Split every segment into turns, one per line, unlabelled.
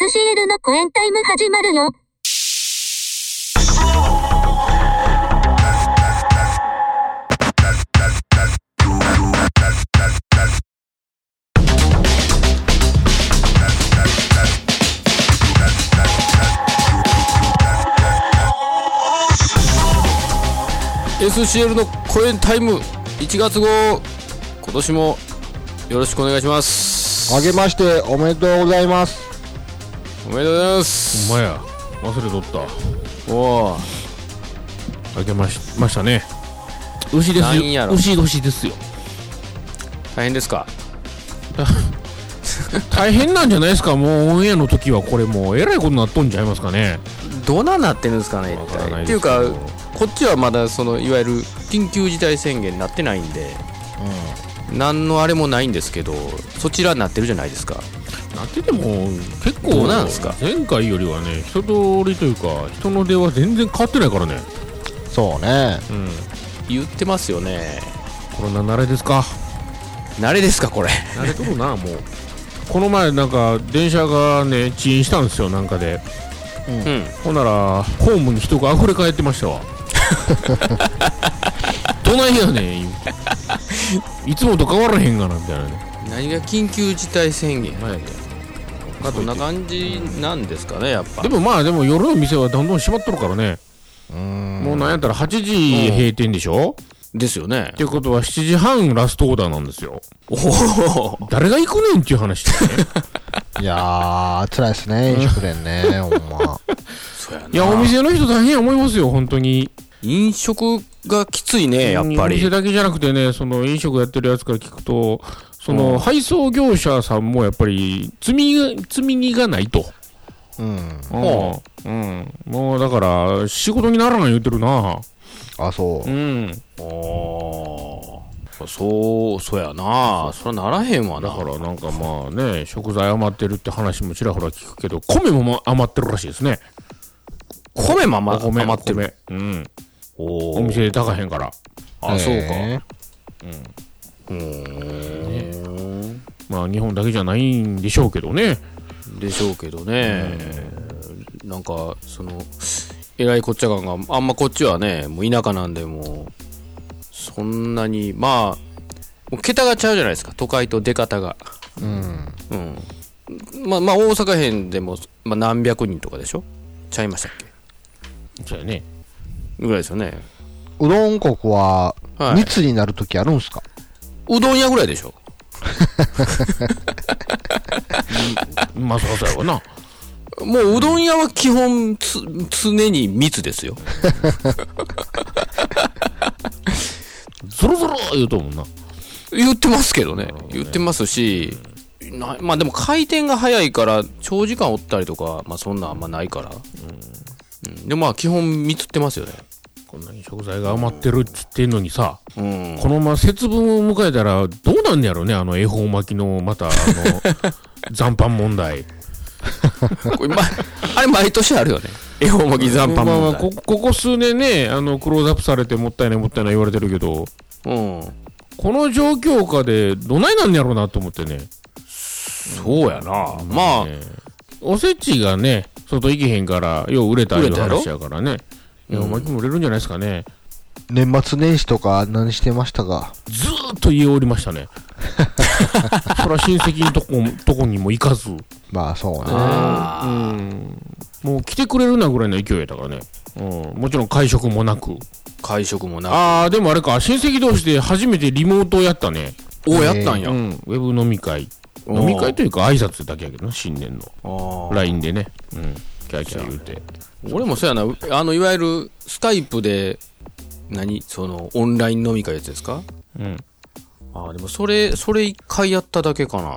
SCL のコエンタイム始まるよ。
SCL の公演タイム1月号今年もよろしくお願いします
あげましておめでとうございます。
おめでとうございます
ほんまや忘れとった
おお
あけましましたね牛です
なんや
よ
ろ
牛年ですよ
大変ですか
大変なんじゃないですかもうオンエアの時はこれもうえらいことになっとんじゃいますかね
どうななってるんですかね
わ
一
からな
体
い
っ
で
ていう
すけど
かこっちはまだそのいわゆる緊急事態宣言になってないんで何のあれもないんですけどそちらになってるじゃないですか
なってても結構
どうなんすか
前回よりはね人通りというか人の出は全然変わってないからね
そうね。
うん
言ってますよね
コロナ慣れですか
慣れですかこれ
慣れとるなもうこの前なんか電車がね遅延したんですよなんかで
うん
ほんならホームに人が溢れ返ってましたわ どないやねん言ういつもと変わらへんがなみたいなね
何が緊急事態宣言
前で
かどんな感じなんですかねやっぱ
でもまあでも夜の店はどんどん閉まっとるからねもうなんやったら8時閉店でしょ、
ですよね
っていうことは7時半ラストオーダーなんですよ
おお
誰が行くねんっていう話 でね
いやー、辛いですね、飲食店ね、ほんま。
そうや
いやお店の人大変や思いますよ本当に
飲食がきついねやっぱ
お店
り
だけじゃなくてねその飲食やってるやつから聞くとその、配送業者さんもやっぱり積み積み荷がないと
うん。
もう、うん、もうだから、仕事にならない言うてるな。
あ、そ
う。
う
ん。だ
そうそうやなそりゃならへんわな
からなんかまあね、食材余ってるって話もちらほら聞くけど、米もま余ってるらしいですね。
米も
お
余
米
余ってる
お米うん。
お
お
ー
店で高へんから。
あそうか
え
まあ日本だけじゃないんでしょうけどね。
でしょうけどねなんかそのえらいこっちゃ感があんまこっちはねもう田舎なんでもうそんなにまあもう桁がちゃうじゃないですか都会と出方が
ー。うん。
うんまあまあ大阪編でも、まあ、何百人とかでしょちゃいましたっけ
そうやね。
ぐらいですよね
うどん国は
は、い
密になるときあるんすか
うどん屋ぐらいでしょ
まあそらそうやわな。
もううどん屋は基本つ常に密ですよ。
ゾロゾロ言うと思うな。
言ってますけどね。言ってますし、なまあでも回転が早いから長時間おったりとか、まあそんなんあんまないから。うん、でもまあ基本密ってますよね。
こんなに食材が余ってるっつってんのにさ、
うん。
このまま節分を迎えたらどうなんねやろね、あの恵方巻きの、またあの、残飯問題。
これま、あ れ毎年あるよね。恵方巻き残飯
まあま
問
あ
題
こ。ここ数年ねあのクローズアップされてもったいないもったいない言われてるけど
うん。
この状況下でどないなんやろうなと思ってね
そうやな。まあ、
ねおせちがね外行けへんからよう売れたいう話やからねいやおまきも売れるんじゃないですかね、
年末年始とか何してましたか
ずーっと家おりました ねそら親戚のとことこにも行かず、
まあ、そうね。
あー
うん、もう来てくれるなぐらいの勢いやったからね、うん、もちろん会食もなく
会食もな。
ああでもあれか親戚同士で初めてリモートをやったね
おやったんや。
うん、ウェブ飲み会
おー
飲み会というか挨拶だけやけどな新年の
あー
LINE でね、うん、キャーキャー言うて
俺もそうやなあのいわゆるスカイプで何そのオンライン飲み会やつですか
うん
ああでもそれそれ一回やっただけかな、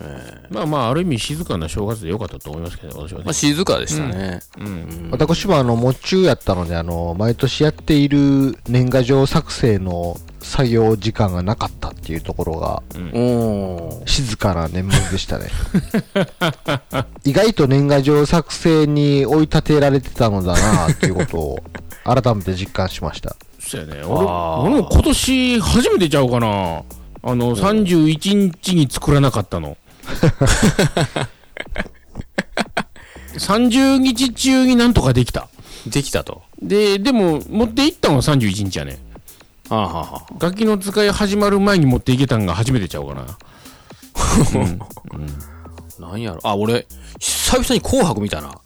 え
まあまあある意味静かな正月でよかったと思いますけど私は
えまあ、
ね、
静かでしたね、
うん、
私もあの、もっちゅうやったので、あの、毎年やっている年賀状作成の作業時間がなかったっていうところが、
おおー
静かな年末でしたね 意外と年賀状作成に追い立てられてたのだなっていうことを改めて実感しました
そうやね俺
あー
俺も今年初めてちゃうかなあの31日に作らなかったの30日中になんとかできた。
できたと。
で、でも、持っていったのは31日やね。
ああはあはあ
楽器の使い始まる前に持っていけたんが初めてちゃうかな。
なんやろ。あ、俺、久々に紅白見たな。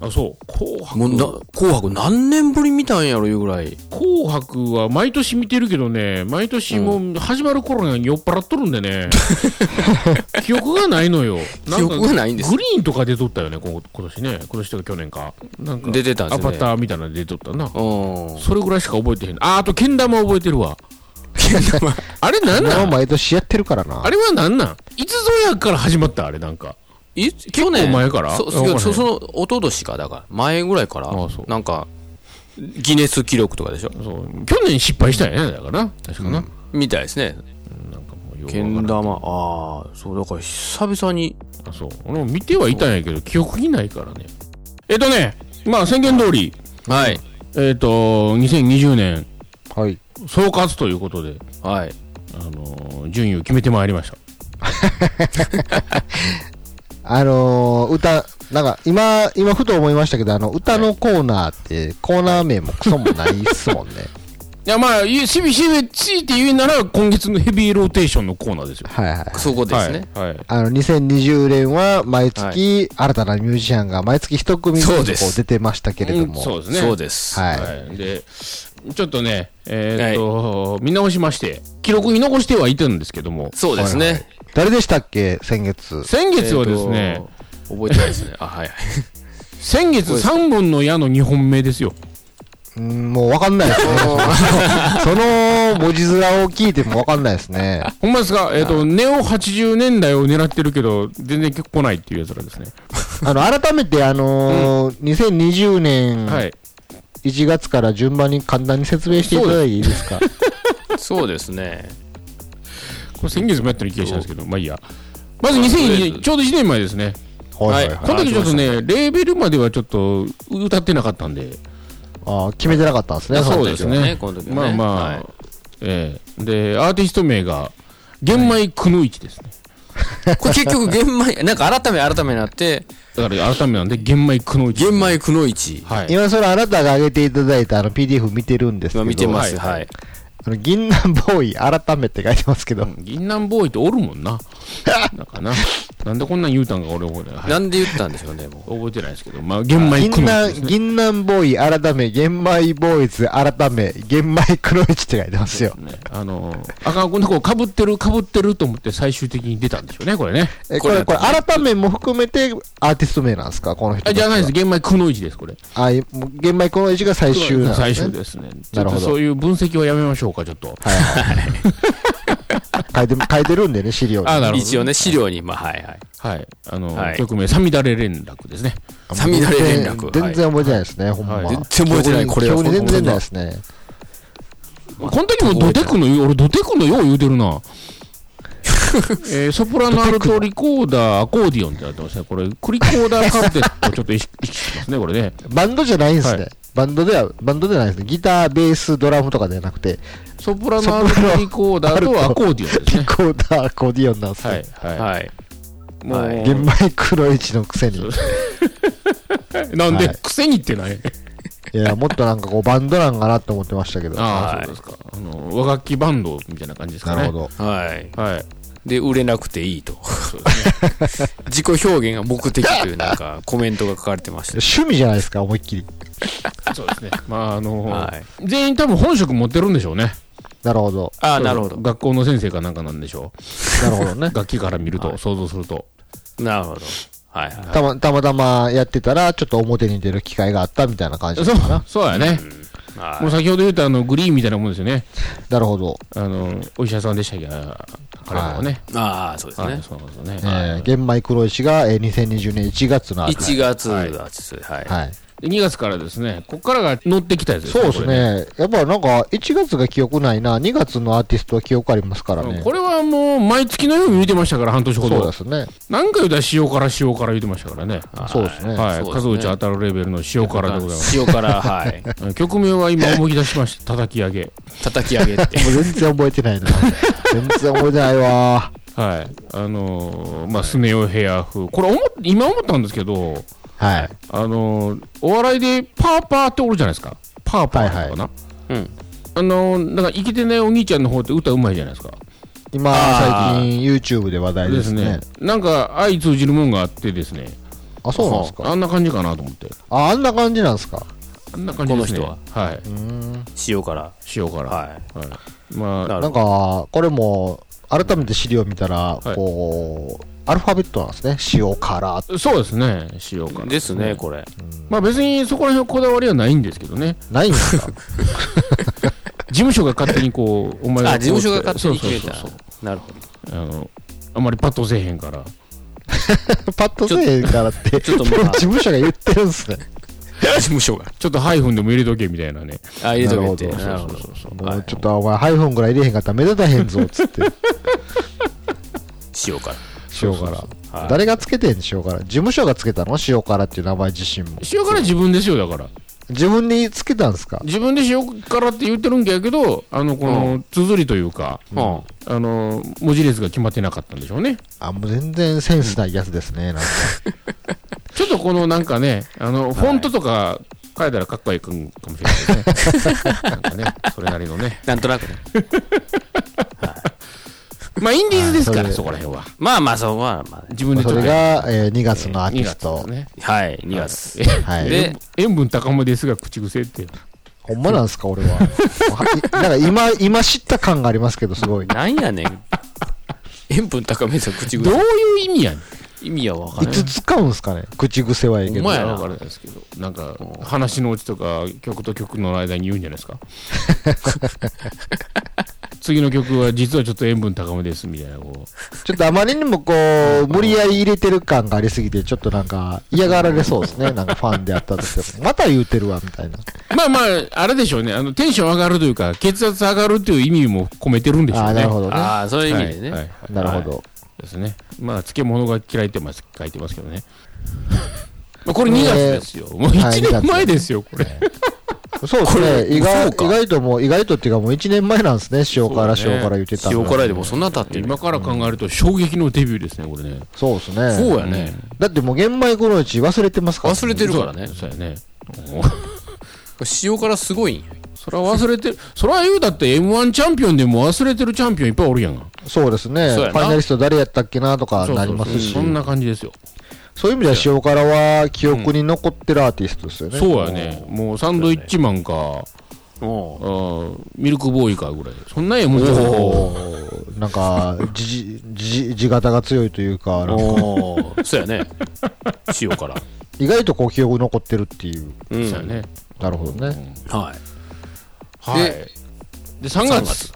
あ、そう。紅白。
もうな、紅白何年ぶり見たんやろいうぐらい。
紅白は毎年見てるけどね、毎年もう始まる頃に酔っ払っとるんでね、 記憶がないのよ。な
記
んか
憶がないんです
グ。リーンとか出とったよね、こ今年ね。今年とか去年か。なんか、
出てたんで
ア
すよ
バ
ね。
ターみたいなの出とったな。
うん。
それぐらいしか覚えてへん。あ、あと、けん玉覚えてるわ。あれなん
ま
な
あ
ん
毎年やってるからな
あ。れはなんなんいつぞやから始まったあれなんか。
いつ去年
結構前から
そ
わかん
そ
ない
そその一昨年かだから前ぐらいから
ああそう
なんかギネス記録とかでしょ
そう。去年失敗したよね、だからな。確かな。
みたいですね
なんかもうよく
け
わから
ん
ん
玉ああそうだから久々に
あそう。俺も見てはいたんやけど、記憶にないからね。えっとね、まあ宣言通り、
はい
えっ、と、2020年
はい。
総括ということで、
はい
あのー順位を決めてまいりました。
あのー、歌、なんか、今、今ふと思いましたけど、あの、歌のコーナーって、コーナー名もクソもないっすもんね。
いや、まあ、ゆしびしび、強いて言うなら、今月のヘビーローテーションのコーナーですよ。
はいはい。
そこですね、
はい。はい。
あの、2020年は、毎月、
は
新たなミュージシャンが、毎月一組ずつこ
そうです
う出てましたけれども。
うんそうですね。
そうです、
はい
はい。で、ちょっとね、えっ、と、見直しまして、記録に残してはいたんですけども、
そうですね、
誰でしたっけ先月。
先 月はですね、
えーと覚えてないですねあはいはい
先月3本の矢の2本目ですよ。
うん、もうわかんないですね。 その文字面を聞いてもわかんないですね。
ほんまですか、えっ、と、ネオ80年代を狙ってるけど、全然来ないっていうやつらですね。
あの、改めて、あのー2020年
はい。
1月から順番に簡単に説明していただいていいですか
そうですね
これ先月もやったような気がしたんですけど、まあいいや。まず2002年、ちょうど1年前ですね。
はい
あ
この時ちょっとね、レーベルまではちょっと歌ってなかったんで、
あ決めてなかったんですね。
あそう
の時
です
は
ね
この時はね
まあまあ、
はい
ええで、アーティスト名が、玄米くぬいちですね。
これ結局玄米 なんか改め改めになって
だから改めなんで、玄米くぬいち。
玄米くのいち
はい。
今それあなたが挙げていただいたあの PDF 見てるんですけど、
今見てます
はい
はい、
あの銀杏ボーイ改めって書いてますけど、
銀杏ボーイっておるもんな。なんかな。なんでこんなん言うたんか俺覚えてない。はい
なんで言ったんでしょうねも
覚えてないですけど、まあ、玄米
銀
くぬいち
杏
ですね。
銀杏ボーイ改め、玄米ボーイズ改め、玄米黒市って書いてますよ。
ねあのー、赤子の子をかぶってる、かぶってると思って最終的に出たんでしょうね、これね。
え
こ
こ
れ
れ、これ、改めも含めてアーティスト名なんですかこの人た
あ
ちは。
じゃないです、玄米くのいちです、これ。
あ、いもう玄米黒市が最終なんです、ね。
最終ですね。ちょ
な
っ
る
と
ほ
そ
ど
ういう分析はやめましょうか、ちょっと。
書いて、書いてるんでね、資料に。
あなる
う
ほど
一応ね資料にまあはいはい
はい。あのー、
はい
曲名、さみだれ連絡ですね。
さみだれ連絡
全然覚えてないですね、ほんま。
はい
全然覚えてないこれは
記憶に全然ないですね。
この時もドテクのよう、俺ドテクのよう言うてる な。えーソプラノアルトリコーダー、アコーディオンってなってますね。これ、クリコーダーカルテットちょっと意識意識しますね、これね。
バンドじゃないんですね。
はい
バンドでは、バンドではないですね。ギター、ベース、ドラムとかではなくて、
ソプラノアルトリコーダーとアコーディオンです
リ
ね。
コーダー、アコーディオンなんですね。
はい、は
はい
い。もう、
はい
玄米黒市のくせに。
なんで、
はい
くせにってない
いや、もっとなんかこう、バンドなんかなと思ってましたけど。な
ああ、
はい
そうですか。あの、和楽器バンドみたいな感じですかね。
るほど。
はい
はい。
で、売れなくていいと。 自己表現が目的というなん かコメントが書かれてました。
趣味じゃないですか、思いっきり。
そうですね。まあ、あの、
はい
全員多分本職持ってるんでしょうね。
なるほど。
ああ、なるほ
学校の先生かなんかなんでしょ
なるほどね
う。。楽器から見ると、想像すると。
ど。なるほど。はいはい。
たま、たまたまやってたら、ちょっと表に出る機会があったみたいな感じ
そう
なのかな。、
そうやね。
はい
もう先ほど言ったあの、グリーンみたいなもんですよね。
なるほど。
あの、お医者さんでしたっけあ彼らはね。
ああ、そうです
はい、
ね。
そうなんですよね。
えー玄米黒石が、えー2020年1月のアーティス
1月だつ、はい。
ト。はい。
で2月からですね、ここからが乗ってきたやつです
そうです。ね。やっぱなんか、1月が記憶ないな、2月のアーティストは記憶ありますから
これね
ね。
これはもう、毎月のように見てましたから、半年ほ
そう
ど
で。すね。
何回言うたら塩辛塩辛言ってましたからね。
そうです
は
ね。
い。
そうです
数
ね
打ち当たるレベルの塩辛でございます。
塩から、はい。
曲名は今思い出しました。叩き上げ。
叩き上げって。
もう全然覚えてないな。全然覚えてないわー。
はい。あのーまあ、スネ夫ヘア風。これ思っ、今思ったんですけど、
はい。
あのーお笑いでパーパーっておるじゃないですか。パーパーとかな。
はいは
うん。
あのーなんか生きてないお兄ちゃんの方って歌うまいじゃないですか。
今、
あー
最近 YouTube で話題
で
ですすね。
ね。なんか相通じるもんがあってですね。
あ、そうなんですか。
あんな感じかなと思って。
あ、あんな感じなんですか。
あんな感じですね。
この
人は。はい。
塩から。
塩から。は
はい。
い。まあ、
なる
なんか、これも、改めて資料見たら、
い
こう、アルファベットなんですね。塩からって。
そうですね。塩から。
ですね、これ。
まあ別にそこら辺はこだわりはないんですけどね。
ない んですか
事務所が勝手にこう、お前
あ、
が
事務所が勝手に決め
そうそうそうそう
た。なるほど。
あの、あまりパッとせえへんから。
パッとせえからって、
ちょっとまあ
事務所が言ってるんですね。
事務所が。
ちょっとハイフンでも入れとけみたいなね。
あ、入れとけって。
なるほど
なるほど。
もうちょっと、お前、ハイフォンぐらい入れへんかったら目立たへんぞ、つって。
塩から。
塩から。
はい
誰がつけてんの塩から。事務所がつけたの塩からっていう名前自身も。
塩から自分ですよ、だから。
自分につけたんですか
自分で塩からって言ってるんやけど、あの、こ
う
の、綴りというか、
うん。
あの、文字列が決まってなかったんでしょうね。
あ、もう全然センスないやつですね。なんか
ちょっとこのなんかね、あの、フォントとか変えたらかっこいいかもしれない ですね。なんかね、それなりのね。
なんとなくね。
まあ、インディーズですか
は
ら、
い
そこら辺は。
まあまあ、そこは、まあね
自分でちょ
そ
っと
れ
ね。
が、えー2月のアーティス
2
ト
月。ね。
はい、2月。
はい。
で、
塩分高めですが、口癖って。
ほんまなんすか、俺は。はいなんか今、今知った感がありますけど、すごい。
なんやねん。 塩分高めた口
どう
癖。
いう意味やねん。
意味はわか
い
らない。
つ使うんすかね口癖はいいけ
ほんま
ど。
やな
わからないですけど、なんか、話のうちとか、曲と曲の間に言うんじゃないです か。次の曲は、実はちょっと塩分高めですみたいな、こう。
ちょっとあまりにもこう、無理やり入れてる感がありすぎて、ちょっとなんか嫌がられそうですね。なんかファンであったとしても。また言うてるわ、みたいな。
まあまあ、あれでしょうね、あのテンション上がるというか、血圧上がるという意味も込めてるんでしょう
あ
ね。
あ、なるほどね。
ああ、そういう意味で
はい
ね。
はい
なるほ
は
ど。
いですね。まあ、漬物が嫌いってます書いてますけどね。 まあこれ2月ですよ。もう1年前ですよ、これ。
そうですね。意
そ
外、
うか
意外ともう、意外とっていうかもう1年前なんですね。塩辛、
そうね
塩辛言ってたの
塩辛いでもそんな経ってる。
今から考えると衝撃のデビューですね、これね。
そうですね。
そうやね。
だってもう玄米頃のうち忘れてますから、
忘れてるからね。
そうやね。
塩辛すごいんよ
それは忘れてる。それは言うだって M1 チャンピオンでも忘れてるチャンピオンいっぱいおるやん。
そうですね。
そ
フ
うやな
ァイナリスト誰やったっけなとかなりますし。
そんな感じですよ。
そういう意味では塩辛は記憶に残ってるアーティストですよね。
そうやね。もうサンドイッチマンか、
おう
あーミルクボーイかぐらい。そんなんやもん。
おーなんか、じじ、じ、じ型が強いというか、なんか
おうそうやね。塩辛。
意外とこう記憶に残ってるっていう。
う
そうや
ん。
ね。
なるほどね。
はい。
はい。で
で、
3
3
月
月。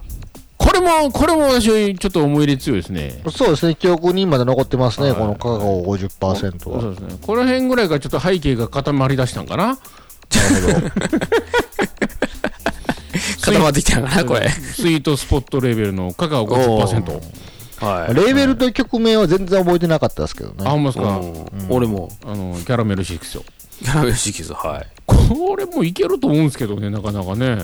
これも、これも私、ちょっと思い入れ強いですね。
そうですね、記憶にまだ残ってます
は
ね、
い
このカカオ50%は。
そうですね。この辺ぐらいがちょっと背景が固まりだしたんかな。
なるほど。
固まってきたのかな、これ。
スイートスポットレベルのカカオ50%。
はい。
レーベルと曲名は全然覚えてなかったですけど
あ、ほ
ね。
んまですか。
うん俺も、
あの、キャラメルシックスよ。
キャラメルシキス、はい。
これもいけると思うんですけどね、なかなかね。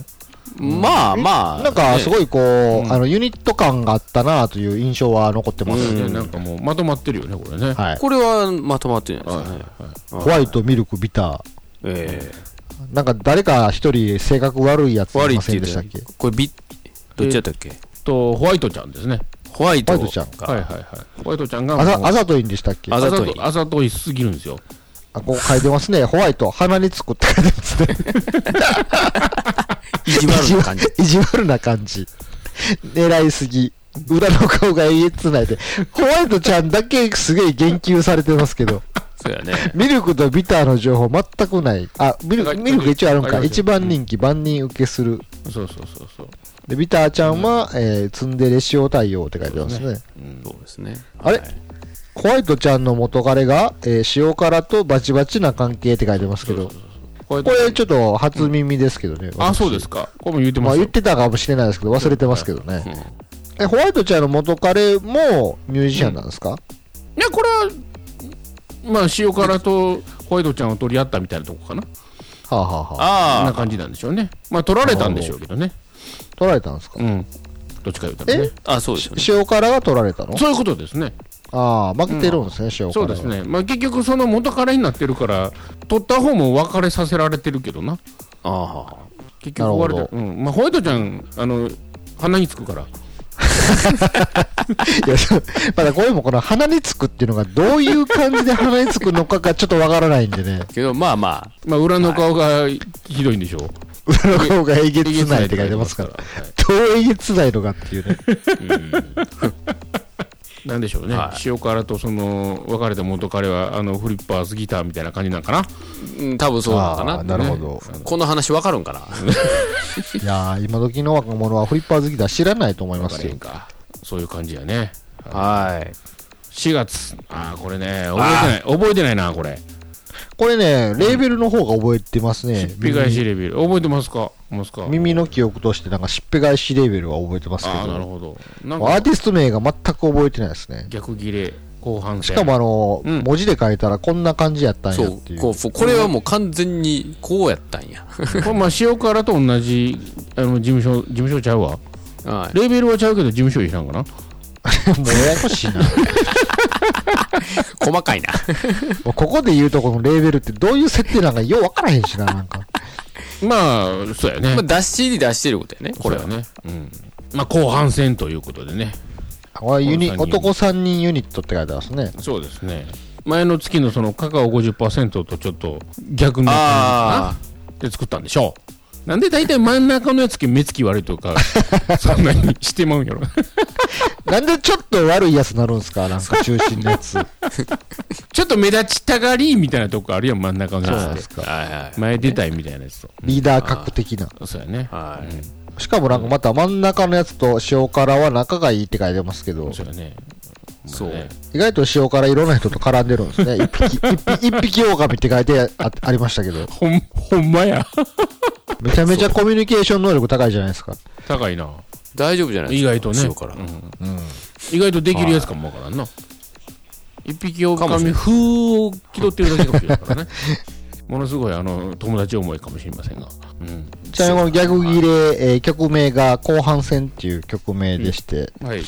まあまあ。
なんか、す
い。
ごいこう、あの、ユニット感があったなという印象は残ってますよ
ね
ね。
なんかもうまとまってるよね、これね。
はい。
これはまとまってないですよね。
ホワイト、ミルク、ビタ
え
ー。なんか誰か一人性格悪いやつ
え。
い
悪い
ま
っ
せ
て
んでし
言
た
っ
ってけ
たこれ、ビどっちやったっけ
と、ホワイトちゃんですね。
ホワイト。
ホワイトちゃん
か
はいはいはい。ホワイトちゃんが
あざ、
もう
あざといんでしたっけ
あ
あ
ざ
ざ
と
と
い
い。あざといすぎるんですよ。
あ、ここ書いてますね。ホワイト、鼻につくって書いてますね。
意地悪な感じ。
意地悪な感じ。狙いすぎ。裏の顔がえげつないで。ホワイトちゃんだけすげえ言及されてますけど。
そうやね。
ミルクとビターの情報全くない。あ、ミル
は
ク、
い
ミルク一応あるん
ありま
か。
すよ
一番人気、万人受けする。
そうそうそうそう。
で、ビターちゃんは、えー、ツンデレ塩対応って書いてますね。
そうですね。
あれ
はい
ホワイトちゃんの元彼が、えー塩辛とバチバチな関係って書いてますけど、
ホワイ
こ
トちゃん
れちょっと初耳ですけどね。。
あ、そうですすか。これも言って
ま
ま
あ
す
言っ
よ。
てたかもしれないですけど、忘れてますけどね。え、ホワイトちゃんの元彼もミュージシャンなんですか、
いや、これは、まあ、塩辛とホワイトちゃんを取り合ったみたいなとこかな。
はあ、はあはあ、
そんな
あ
感じなんでしょうね。まあ、取られたんでしょうけどね。
取られたんですか
うん。どっちか言うたらね。
あ、そうですよね。
塩辛が取られたの
そういうことですね。
ああ、負けてるんですね、塩辛。
そうです。ね。まあ結局その元彼になってるから、取った方も別れさせられてるけどな。
あ
結局
なる
別
ほ
れ
ど
た。うん。まあホワイトちゃん、あの、鼻につくから。
いや、そうまだこれもこの鼻につくっていうのがどういう感じで鼻につくのかがちょっとわからないんでね。
あ。けど、まあまあ、
まあ裏の顔がひどいんでしょう。
裏の方がえげ
えげ
つないって書いてますから。
は
どうえげつないのかっていうね。
いなんでしょうね
はい。
塩辛とその別れた元彼はあのフリッパーズギターみたいな感じなんかな。
うん多分そうなのか
ああ
な。
なるほど。
この話わかるんかな
いやー、今時の若者はフリッパー好きだ知らないと思いま
別
す
れ
よ
へん。か。そういう感じやね。
はい。
4月。ああ、これね、覚えてない。覚えてないな、これ。
これね、レーベルの方が覚えてますね。
ピカイシレビュー。覚えてますかますか
耳の記憶として、なんかしっぺ返しレーベルは覚えてますけど、
ああ、なるほど。なん
アー
か
ティスト名が全く覚えてないですね。
逆切れ、後半戦。
しかもあの、
うん
文字で書いたらこんな感じやったん
そ
や
う
ってい、う。
こう、これはもう完全にこうやったんや。
これまあ塩辛と同じあの事務所事務所ちゃうわ
はい。
レーベルはちゃうけど事務所一緒なんかな
もうややこしいな。も
細かい な。
うここで言うとこのレーベルってどういう設定なんかようわからへんしな、なんか。
まあそうやね、
まあ、出しに出してることやね、こ
これ
れ
は
は。
ね、うん、まあ後半戦ということでね
あユニ
この三人
男3人ユニットって書いてますね。
そうですね前の月のそのカカオ50%とちょっと逆の
あ
で作ったんでしょうなんで大体真ん中のやつけ目つき悪いとかそんなにしてまうんやろ
なんでちょっと悪いやつになるんすか、なんか中心のやつ。
ちょっと目立ちたがりみたいなとこあるやん真ん中のやつっ
そ
て
あ。はいはい。
前出たいみたいなやつと、
リーダー格的な。
そうやね
はい
しかもなんかまた真ん中のやつと塩辛は仲がいいって書いてますけど、
そうやね
そう。
ね
意外と塩辛いろんな人と絡んでるんですね。一匹、一匹、一匹狼って書いてあありましたけど、
ほんほんまや
めちゃめちゃコミュニケーション能力高いじゃないですか。
高いな
大丈夫じゃないです
意
か。
外とね
塩辛
うん意外とできるやつかもわからんな一匹狼風を気取ってるだけかもしれないからね ものすごいあの友達思いかもしれませんが、うん
ちなみにこのギャグ切れ、えー曲名が後半戦っていう曲名でして、
はい、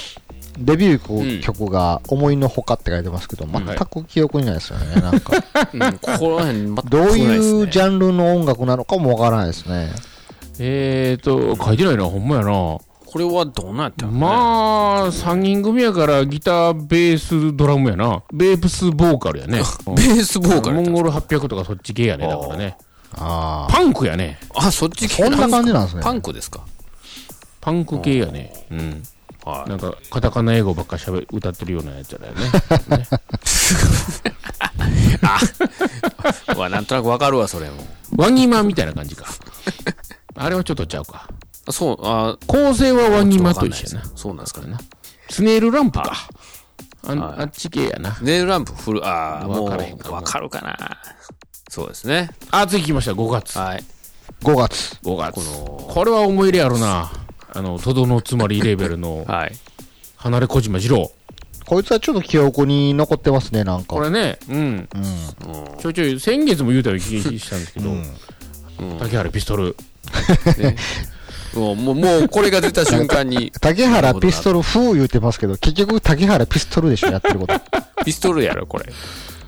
デビュー
うん
曲曲が思いのほかって書いてますけど、全く記憶にないですよね。 なんか、
うん、ここら辺全く
どう
ないです
いう
ね
ジャンルの音楽なのかもわからないですね。
えーと書いてないなほんまやな
これはどうなったの
まあ3人組やからギターベースドラムやなベープス ボーカルやね、うん
ベースボーカルや
モ
った
ン
んです
ゴル800とかそっち系やねだからね
ああ。
パンクやね
あ、そっち系
こんな感じなんですね
パンクですか。
パンク系やねうん
はい。
なんかカタカナ英語ばっかしゃべ歌ってるようなやつだよね
うわなんとなくわかるわ、それも。
ワニマみたいな感 じかあれはちょっとちゃうか
あそう、あ
構成はワニマと一緒
緒
やな
そうなんですかね。
スネールランプかあん
はい
あっち系やな
ネイルランプフル、ああ、も
わからへんか
う、
も
わかるかな。そうですね。
あ次来ました5月
はい。
5月。
5月これは思い入れあるなあのとどのつまりレーベルの
はい。
離れ小島二郎
こいつはちょっと記憶に残ってますね、なんか。、
これねうんちょいちょい先月も言うたような気がしたんですけど竹原ピストル
もう、もう、もうこれが出た瞬間に
竹原ピストル風言うてますけど、結局竹原ピストルでしょ、やってる こと。
ピストルやろ、これ。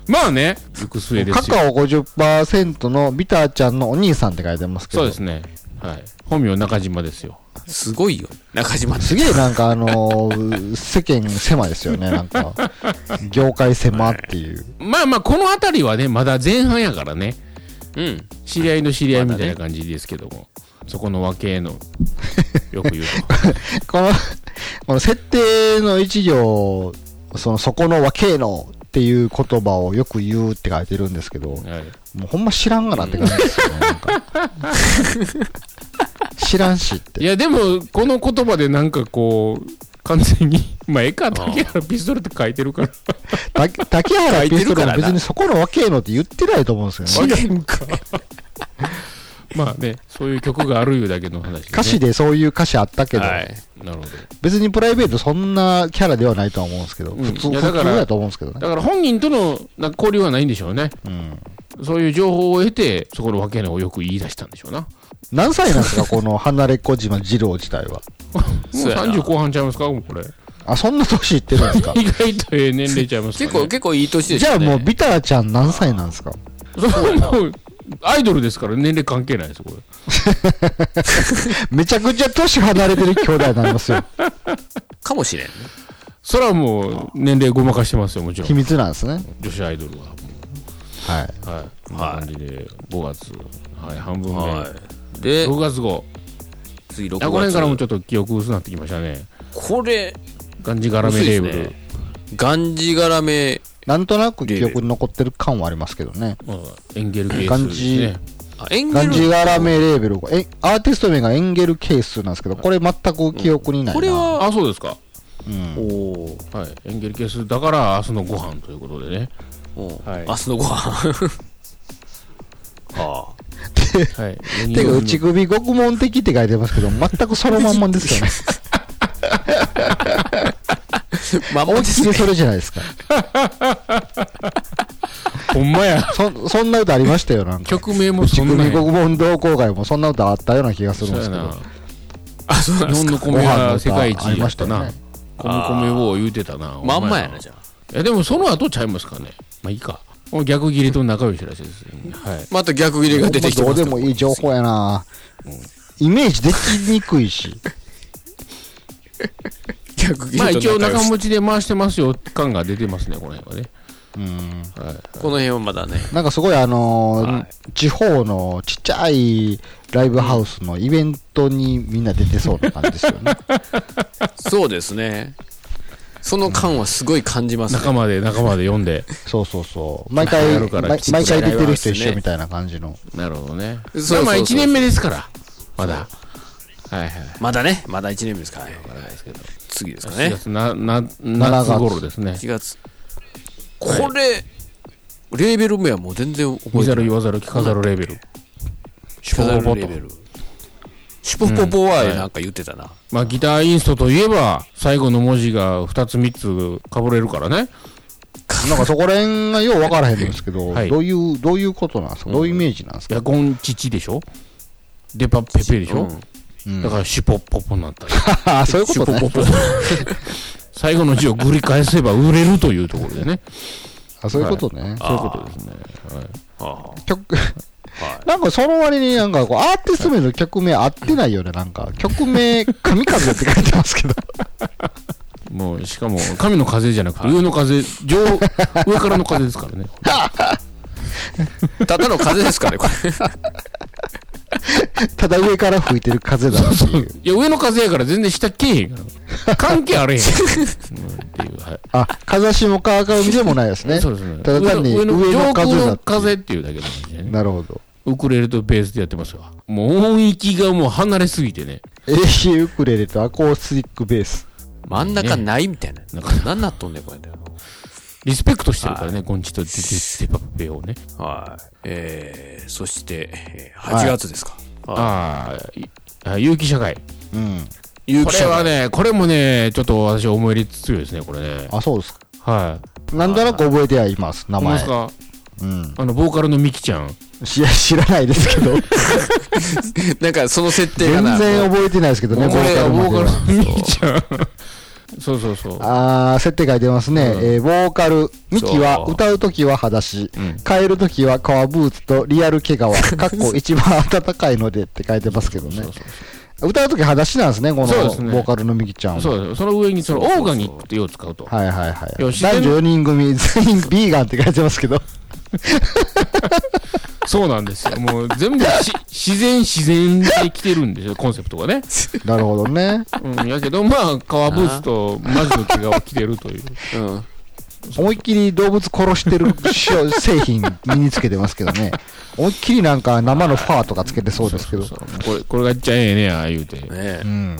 まあね行く末です
カ
よ
カオ50%のビターちゃんのお兄さんって書いてますけど。
そうですね。はい。本名中島ですよ。
すごいよ。中島
すげえなんかあのー世間狭いですよね、なん か。業界狭っていう。
まあまあ、この辺りはね、まだ前半やからね、
うん。
知り合いの知り合いみたいな感じですけども、そこの和系の、 よく言う
この、 この設定の一行、その、そこの若えのっていう言葉をよく言うって書いてるんですけど、も
と。はい、
うほんま知らんがなって感じですよね、なんか。知らんしっ
い
て。
や、でも、この言葉でなんかこう、完全に、 まあ、ええか、竹原ピストルって書いてるから。
た竹原ピ
書いて
ストルも
るから
別
な
にそこの若えのって言ってないと思うんですよね。
違うんか。 まあね、そういう曲があるいうだけの話で、ね。
歌詞でそういう歌詞あったけど、
はい。
なるほど。
別にプライベートそんなキャラではないとは思うんですけど、
うん
普通
いやだから
普通だと思うんですけどね。
だから本人とのなんか交流はないんでしょうね。
うん
そういう情報を得て、そこの訳のをよく言い出したんでしょうな。も
何歳なんですか、この離れっこ島二郎自体は。
う
そうやな
30後半ちゃいますか、もうこれ。
あ、そんな年いってるんですか
意外とええ年齢ちゃいますか、ね。
結構、結構いい年でし
じゃ
た
あ
ね。
もうビターちゃん何歳なんですか
そうもうアイドルですから年齢関係ないですよこれ
めちゃくちゃ年離れてる兄弟になります よ。
かもしれんね。
それはもう年齢ごまかしてますよもちろ
秘
ん
密なんですね。
女子アイドルは
はい。
はい、
はい
こんな感じで5月はい半分目、
はい。で、
6月号
次6
あ
月。
この辺からもちょっと記憶薄くなってきましたね
これ、
がんじがらめレーブル、
薄いですがんじがらめ、
なんとなく記憶に残ってる感はありますけどね。
まあエンゲル係数
がん
で
じ
すね
あ、エン
ガンジ
ゲル。
ガラメレーベルが、え、アーティスト名がエンゲルケースなんですけど、これ全く記憶にないな。
これは、
あそうですか
うん、
おー
はいエンゲル係数だから明日のご飯ということでね
おー、
はい
明日の ご飯。は
はい
てか、内首獄門的って書いてますけど、全くそのまんまですよ ね。
あ。まあ、もう
大
で
き
す
く
ね。
それじゃないですか。
ほんまや
そ、そんな歌ありましたよ、なんか。
曲名も
内
そんな
首
や
獄門同好会もそんな歌あったような気がするん
そう
で
や
すけ
な
ど。
あ、そうなんで
日
す
本
か。
の米は世界一
ご飯の歌あり
や
ま
っ
した
た
よ
な
ね。
米米を言うてたな。
まんまや
お前
な、じゃあ。
いや、でもその後ちゃいますかね。まあいいか。もう逆切れと仲良しらしいです。はい。
また逆切れが出てきて
ど
ま
う
す
で
よ
もいい情報やな。イメージできにくいし。
逆切れ
まあ
と
一応
仲良
仲
し
持ちで回してますよ感が出てますね、この辺はね。
うん。
この辺はまだね。
なんかすごいあのー
は
地方のちっちゃいライブハウスのイベントにみんな出てそうな感じですよね。
そうですね。その感はすごい感じますね。
仲間で仲間で読んで。
そうそうそう。毎
や
回、
るから
毎
きっと
毎回出てる人
やります
一
ね
緒みたいな感じの。
なるほどね。
そうそうそう
まあ1年目ですから。まだ。はいはい。
まだね、まだ1年目ですからね。次ですか
4
ね。
月な、な、夏頃ですね。
4月。これ、レーベル名はもう全然覚
見
え
ざ
て
る
ない。
言わざる聞かざるレベル。
シュポポポレーベル。シュポポポはなんか言ってたな。
まあギターインストといえば、最後の文字が2つ3つかぶれるからね。
なんかそこら辺がよう分からへんのですけど、
はい
どういう、どういうことなんですかどういうイメージなんですか、
ヤゴンチチでしょデパペペでしょ、
うん
だからシュポッポポになったり。
ああ、 そういうこと
シ
ね
ュ。ポポポ 最後の字を繰り返せば売れるというところでね。
あそういうことね。
そういうことですね。
あ
曲、なんかその割になんかこう、アーティスト名の曲名合ってないよね。なんか、曲名、神風って書いてますけど。
もう、しかも、神の風じゃなくて、上の風、上、上からの風です からね。
あただの風ですかね、こ れ。
ただ上から吹いてる風だなっていう。
いや、上の風やから全然下けえへんから。関係あ れへん。うんっていう、はい。
あ、風下川上でもないです ね。
そうですね。
ただ単に
上の
上の風
上空
だ
の風
っていう
っていうだけなんでね。
なるほど。
ウクレレとベースでやってますわ。もう音域がもう離れすぎてね。
AC ウクレレとアコースティックベース。
真ん中ないみたいな。
なんか
何なっとんねん、これ。
リスペクトしてるからね、ゴンチとデデデパペをね。
はい。えー、そして、えー8月ですか。は
あーいあ、有機社会。
うん。
い。有
こ
機
れ
者
は
が
ね、これもね、ちょっと私思い入れ強いですね、これね。
あ、そうですか。
はい。
なんとなく覚えてはいます、名
思いま
前
す。か
うん。
あの、ボーカルのミキちゃん。
いや、知らないですけど。
なんかその設定が
全
な。
然覚えてないですけどね、
ボーカル
までは
のミキちゃん。 そうそうそう。
あー、設定書いてますね。
うん
えーボーカル、ミキは
そう
歌うときは裸足、
うん
帰るときは革ブーツとリアル毛 皮、かっこ一番暖かいのでって書いてますけどね
そう。そう
歌うとき裸足なんですね、この
そうですね
ボーカルのミキちゃんは。
そうそうその上に、その、オーガニックっていうを使うと。
はいはいはい。
よしで
男女4人組、全員ビーガンって書いてますけ ど。
そうなんですよ。もう全部 し自然、自然で来てるんですよ、コンセプトがね。
なるほどね。
うん。やけど、まあ、革ブーツとマジの毛が着てるという。
うん。
思いっきり動物殺してる しょ製品身につけてますけどね。思いっきりなんか生のファーとかつけてそうですけど。
そうこれ、これがいっちゃええねや、言うて。
ね
うん。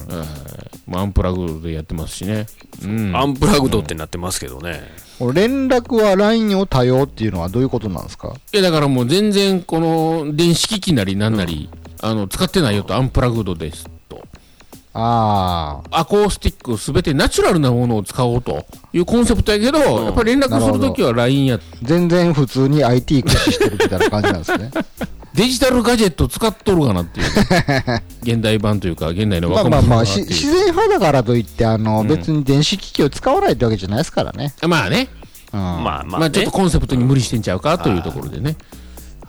まあアンプラグでやってますしね。うん。
アンプラグドってなってますけどね。
これ連絡は LINE を多用っていうのはどういうことなんですか
いや、だからもう全然、この、電子機器なりなんなり、あの、使ってないよと、アンプラグドですと。
あ
アコースティックすべてナチュラルなものを使おうというコンセプトやけど、やっぱり連絡するときは LINE や、
ー全然普通に IT 駆使してるみたいな感じなんですね。
デジタルガジェット使っとるかなっていう、現代版というか、現代の
まあ
若
ま
者
あ
か
ま
な
あ、
って
し
いう
自然派だからといって、あの、別に電子機器を使わないってわけじゃないですからね。
まあね、
うん。
まあま
ま
あ、
あ
ね、
ちょっとコンセプトに無理してんちゃうかというところでね、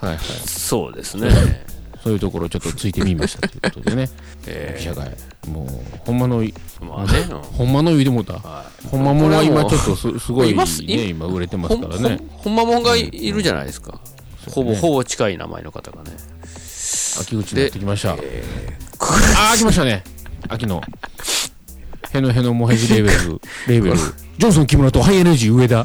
はいはい、
そうですね。
そういうところをちょっとついてみましたということでね、記者会、もう、ほんまのい、
まあね。うん
ほんまの言うてもうた、ほんまもんは今ちょっとすすごい
いま
ね
す、い
今売れてま
ほ
す
ん
から
ほん
ね、
ほんまもんがいいるじゃないですか。ほぼ、ほぼ近い名前の方がね。
秋口になってきました。あー、来ましたね、秋の。へのへのもへじレーベ ル、レーベル、ジョンソン木村とハイエナジー上田。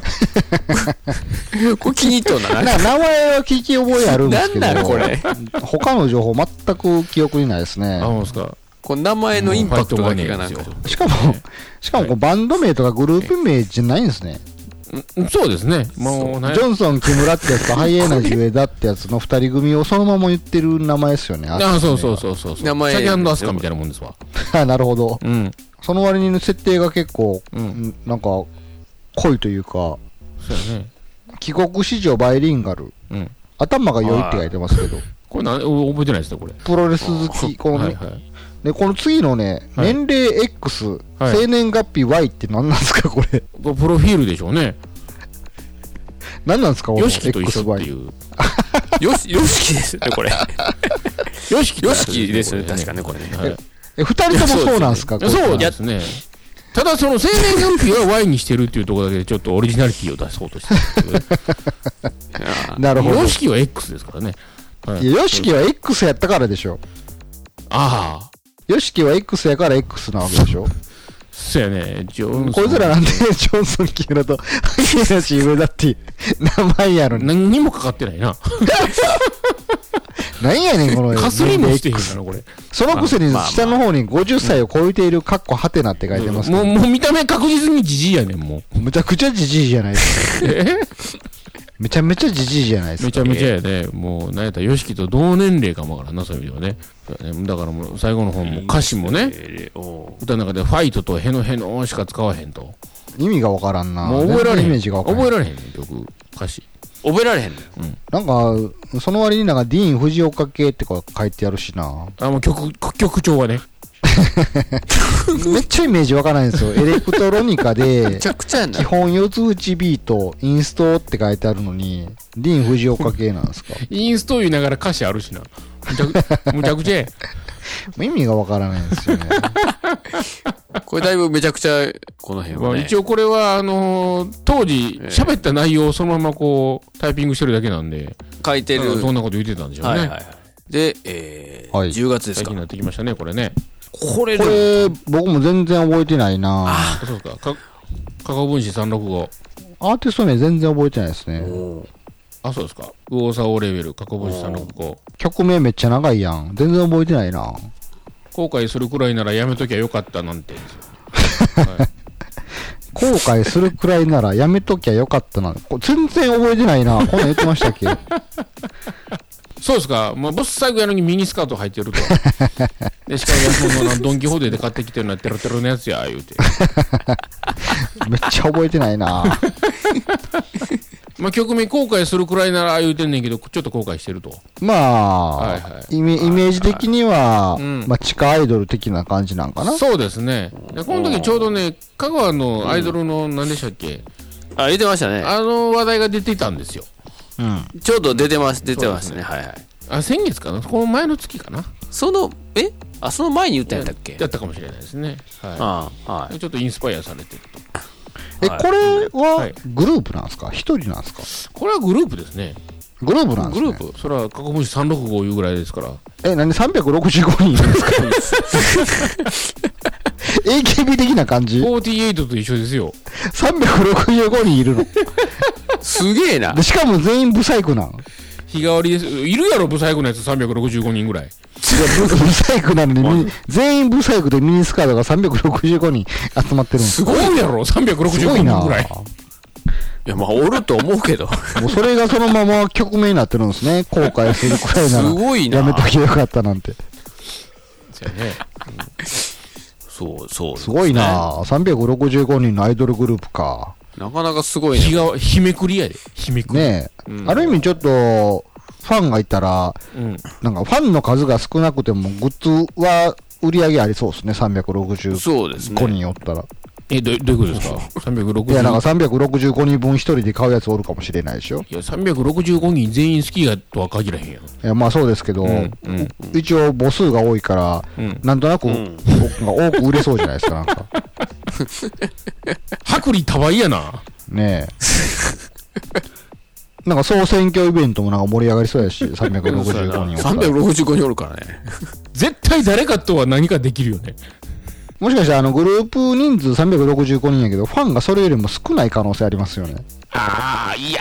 これ気に入っとん だな。
な名前は聞き覚えあるんですけど、
なんなんこれ
他の情報全く記憶にないですね
あ、。ほんですか。
この名前のインパクトだけがなんか。
しかも、しかもこうバンド名とかグループ名じゃないんですね。
うんそうですね。もうね
ジ。ョンソン、木村ってやつとハイエナジー上田ってやつの二人組をそのまま言ってる名前ですよね。
あ、そうそうそうそうそう。
名前
チャキアンドアスカみたいなもんですわ。
あなるほど。
うん。
その割に設定が結構、
うん
なんか、濃いというか、
そうやね。
帰国史上バイリンガル。
うん。
頭が良いって書いてますけど、
これな覚えてないですね、これ。
プロレス好き、この、
はいはい。
でこの次のね、
はい
年齢 X、
はい
生年月日 Y って何なんですか、これ。
これプロフィールでしょうね。
何なんですか、この
ヨシキと一緒って
XY。
いう。
よし、よしきですね、これ。
ヨシキ
よしきですね、確かね、これね。
はい
え、二人ともそうなんですか、これ。
そうですね。ただ、その生年月日は Y にしてるっていうところだけで、ちょっとオリジナリティを出そうと してる。
なるほど。
ヨ
い
シキは X ですからね。はい
や、ヨシキは X やったからでしょ。
ああ。
ヨシキは X やから X なわけでしょ。
そうやね。ジョンソン
こいつらなんで、ジョンソン・キムラと、ハイエナジー上田っていう名前やのに。
何にもかかってない な。
なんやねん、この
かすりもしてへん
X
かな、これ。
そのくせに下の方に50歳を超えている、カッコハテナって書いてますけ
も
ど
う、、もう見た目確実にじじいやねん、もう。
むちゃくちゃじじいじゃな いです か。めちゃめちゃじじいじゃないです
め
か。
ちゃめちゃやね。もう、なんやったら、ヨシキと同年齢かもわからんな、そういう意味ではね。そうやねだからもう、最後の方も歌詞もね、
えーお
歌の中でファイトとヘノヘノしか使わへんと。
意味がわからんな。
もう覚えられへ
全然
ん。
イメージがわから
覚
ん
え。られへんねん、曲、歌詞。
う覚えられへんの
なんか、その割になんか、ディーン・藤岡系ってか書いてあるし な。
あ、もう曲、曲調はね。
めっちゃイメージわからないん ですよ。エレクトロニカで
めち、ゃくちゃやな
基。本四つ打ちビート、インストって書いてあるのに、ディーン・藤岡系なんで すか。
インスト言いながら歌詞あるしな。むちゃ くむちゃくちゃや。
意味がわからないんですよね。
これだいぶめちゃくちゃ、この辺
ま
は
あ、
ね
一。応これは、あのー当時、喋った内容をそのままこう、タイピングしてるだけなんで、
書いてる。
そんなこと言ってたんでしょう
はいは
ね。
いはい。で、えー
はい
10月です
最
か
近に。なってきましたね、これね。
これ
これ、僕も全然覚えてないな。
そうですか。か、カカオ分子365。
アーティスト名全然覚えてないですね。
あ、そうですか。ウオーサオレベル、カカオ分子365。
曲名めっちゃ長いやん。全然覚えてないな。
後悔するくらいならやめときゃよかったなんて。
後悔するくらいならやめときゃよかったな。こ全然覚えてないな。こんなん言ってましたっ け
そうですか。まあ、ボス最後やのにミニスカート履い てると。で、しかも安物のドンキホーテで買ってきてるのはテロテロのやつや、言うて。
めっちゃ覚えてないな。
まあ、曲名後悔するくらいなら言うてんねんけど、ちょっと後悔してると。
まあ、
はいは
イメイメージ的には、
ん
まあ、地下アイドル的な感じなんかな。
そうですね。で、この時ちょうどね、香川のアイドルの何でしたっけ、
あ、出てましたね。
あの話題が出てたんですよ。
うん。
ちょうど出てます、出てますね。はいはい。
あ、先月かなこの前の月かな
その、えあ、その前に言ったんやったっけ
だったかもしれないですね。はい。
ああはい。
ちょっとインスパイアされてると。
え、これ
は
はいグループなんですか一人なんですか
これはグループですね。
グループなんです
グ
ね
ループそれは過去分子365いうぐらいですから。
え、何 ?365 人いる んですか ?AKB 的な感じ
48と一緒ですよ。
?365 人いるの。
すげえな
で、。しかも全員ブサイクなん。いや、
日替わりです。いるやろ、ブサイクのやつ365人ぐらい。
ブブサイクなのにミニ、全員ブサイクでミニスカートが365人集まってるんです
すごいやろ、365
すごいな
人ぐらい。
いや、まあ、おると思うけど。
もうそれがそのまま曲名になってるんですね。後悔するくらいなら。
すごいな
やめときゃよかったなんて。
そうやね
そうそう。
すごいな365人のアイドルグループか。
なかなかすごい
日
ね。
が、日めくりやで。日めくり。
ねえ、
うん
ある意味ちょっと、ファンがいたら、
うん。
なんかファンの数が少なくても、グッズは売り上げありそうですね、365
そうですね。
人おったら。
え、どどういうことですか ?365 人。
いや、なんか365人分一人で買うやつおるかもしれないでしょ。
いや、365人全員好きやとは限らへんやん。
いや、まあそうですけど、
うんうん
一応母数が多いから、
うん
なんとなく、
ん
僕が多く売れそうじゃないですか、なんか。
薄利多売やな。
ねえ。なんか総選挙イベントもなんか盛り上がりそうやし、
そうやな
365人おったら
365人おるからね。
絶対誰かとは何かできるよね。
もしかしたらあのグループ人数365人やけど、ファンがそれよりも少ない可能性ありますよね。
ああ、いや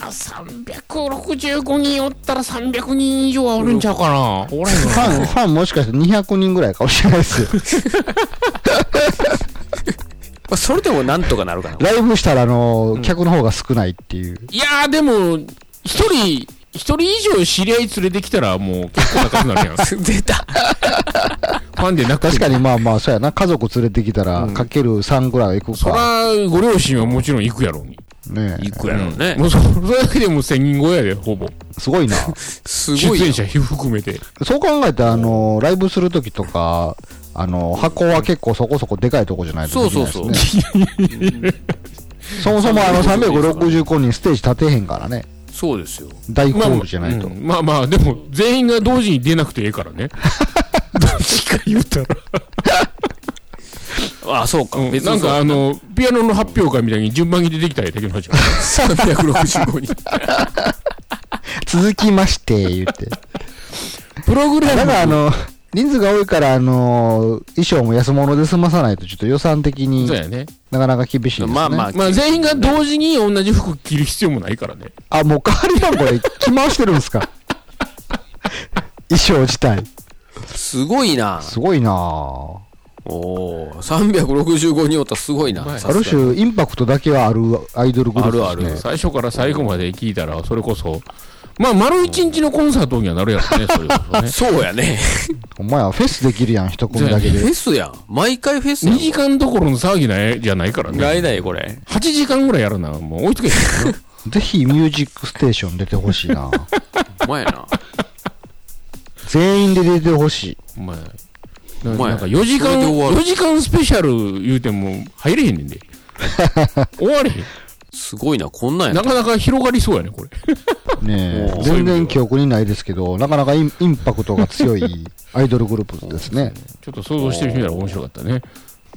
ー、365人おったら300人以上はおるんちゃうかな。おらん
フ
よ
ァン、ファンもしかして200人ぐらいかもしれないですよ。
まあ、それでもなんとかなるかな。
ライブしたらあの、客の方が少ないっていう。
いやー、でも、一人、一人以上知り合い連れてきたらもう結構な数にな るやん。フ
出た。
ァンでなくても
確かにまあまあ、そうやな。家族連れてきたら、かける3ぐらいはいく
そ
か。
ら、ご両親はもちろん行くやろうに。
ねえ
いくやろうね。
もうそ、それだけでも1000人超えやで、ほぼ。
すごいな。
す
出
ごいやん
演者含めて。
そう考えたら、あの、ライブするときとか、あの、箱は結構そこそこでかいとこじゃないとできないですね。
そう
そうそう。そもそもあの365人ステージ立てへんからね。
そうですよ。
大ホ
まあ
ー
まあ
ルじゃないと。
うんまあまあ、でも、全員が同時に出なくてええからね。どっちか言うたら。
あそうか。
うん
別に
なんかあの、ピアノの発表会みたいに順番に出てきたらええだけの話や
365人。
続きまして、言って。
プログラム
だからあの、人数が多いから、あの、衣装も安物で済まさないと、ちょっと予算的に
そうやね。
なかなか厳しいですね。
まあまあ、
まあ全員が同時に同じ服着る必要もないからね。
あ、もう代わりなんこれ、着回してるんです か衣装自体。
すごいな。
すごいなぁ。
おお、365人おったらすごいな。
はい
ある種、インパクトだけはあるアイドルグループです、ね。
あるある。
最初から最後まで聞いたら、それこそ、まあ、丸一日のコンサートにはなるやろね、それこそね
そうやね。
お前はフェスできるやん、一組だけ
フ
で。
ェスやん。毎回フェスや
2
ん。
時間どころの騒ぎないじゃないから
ない
ね。
ないこれ。
8時間ぐらいやるな、もう追いつけへんからな
ぜひ、ミュージックステーション出てほしい な
お前やな。
全員で出てほしい。
お前。
お前
なんか4時
それ
間、
で終わる
4時間スペシャル言うても入れへんね んで。終われへん。
すごいな、こんなんやな
な。かなか広がりそうやね、これ。
ね
お
え
う
全然記憶にないですけど、なかなかインインパクトが強 いアイドルグループですね。
ちょっと想像してみたら面白かったね。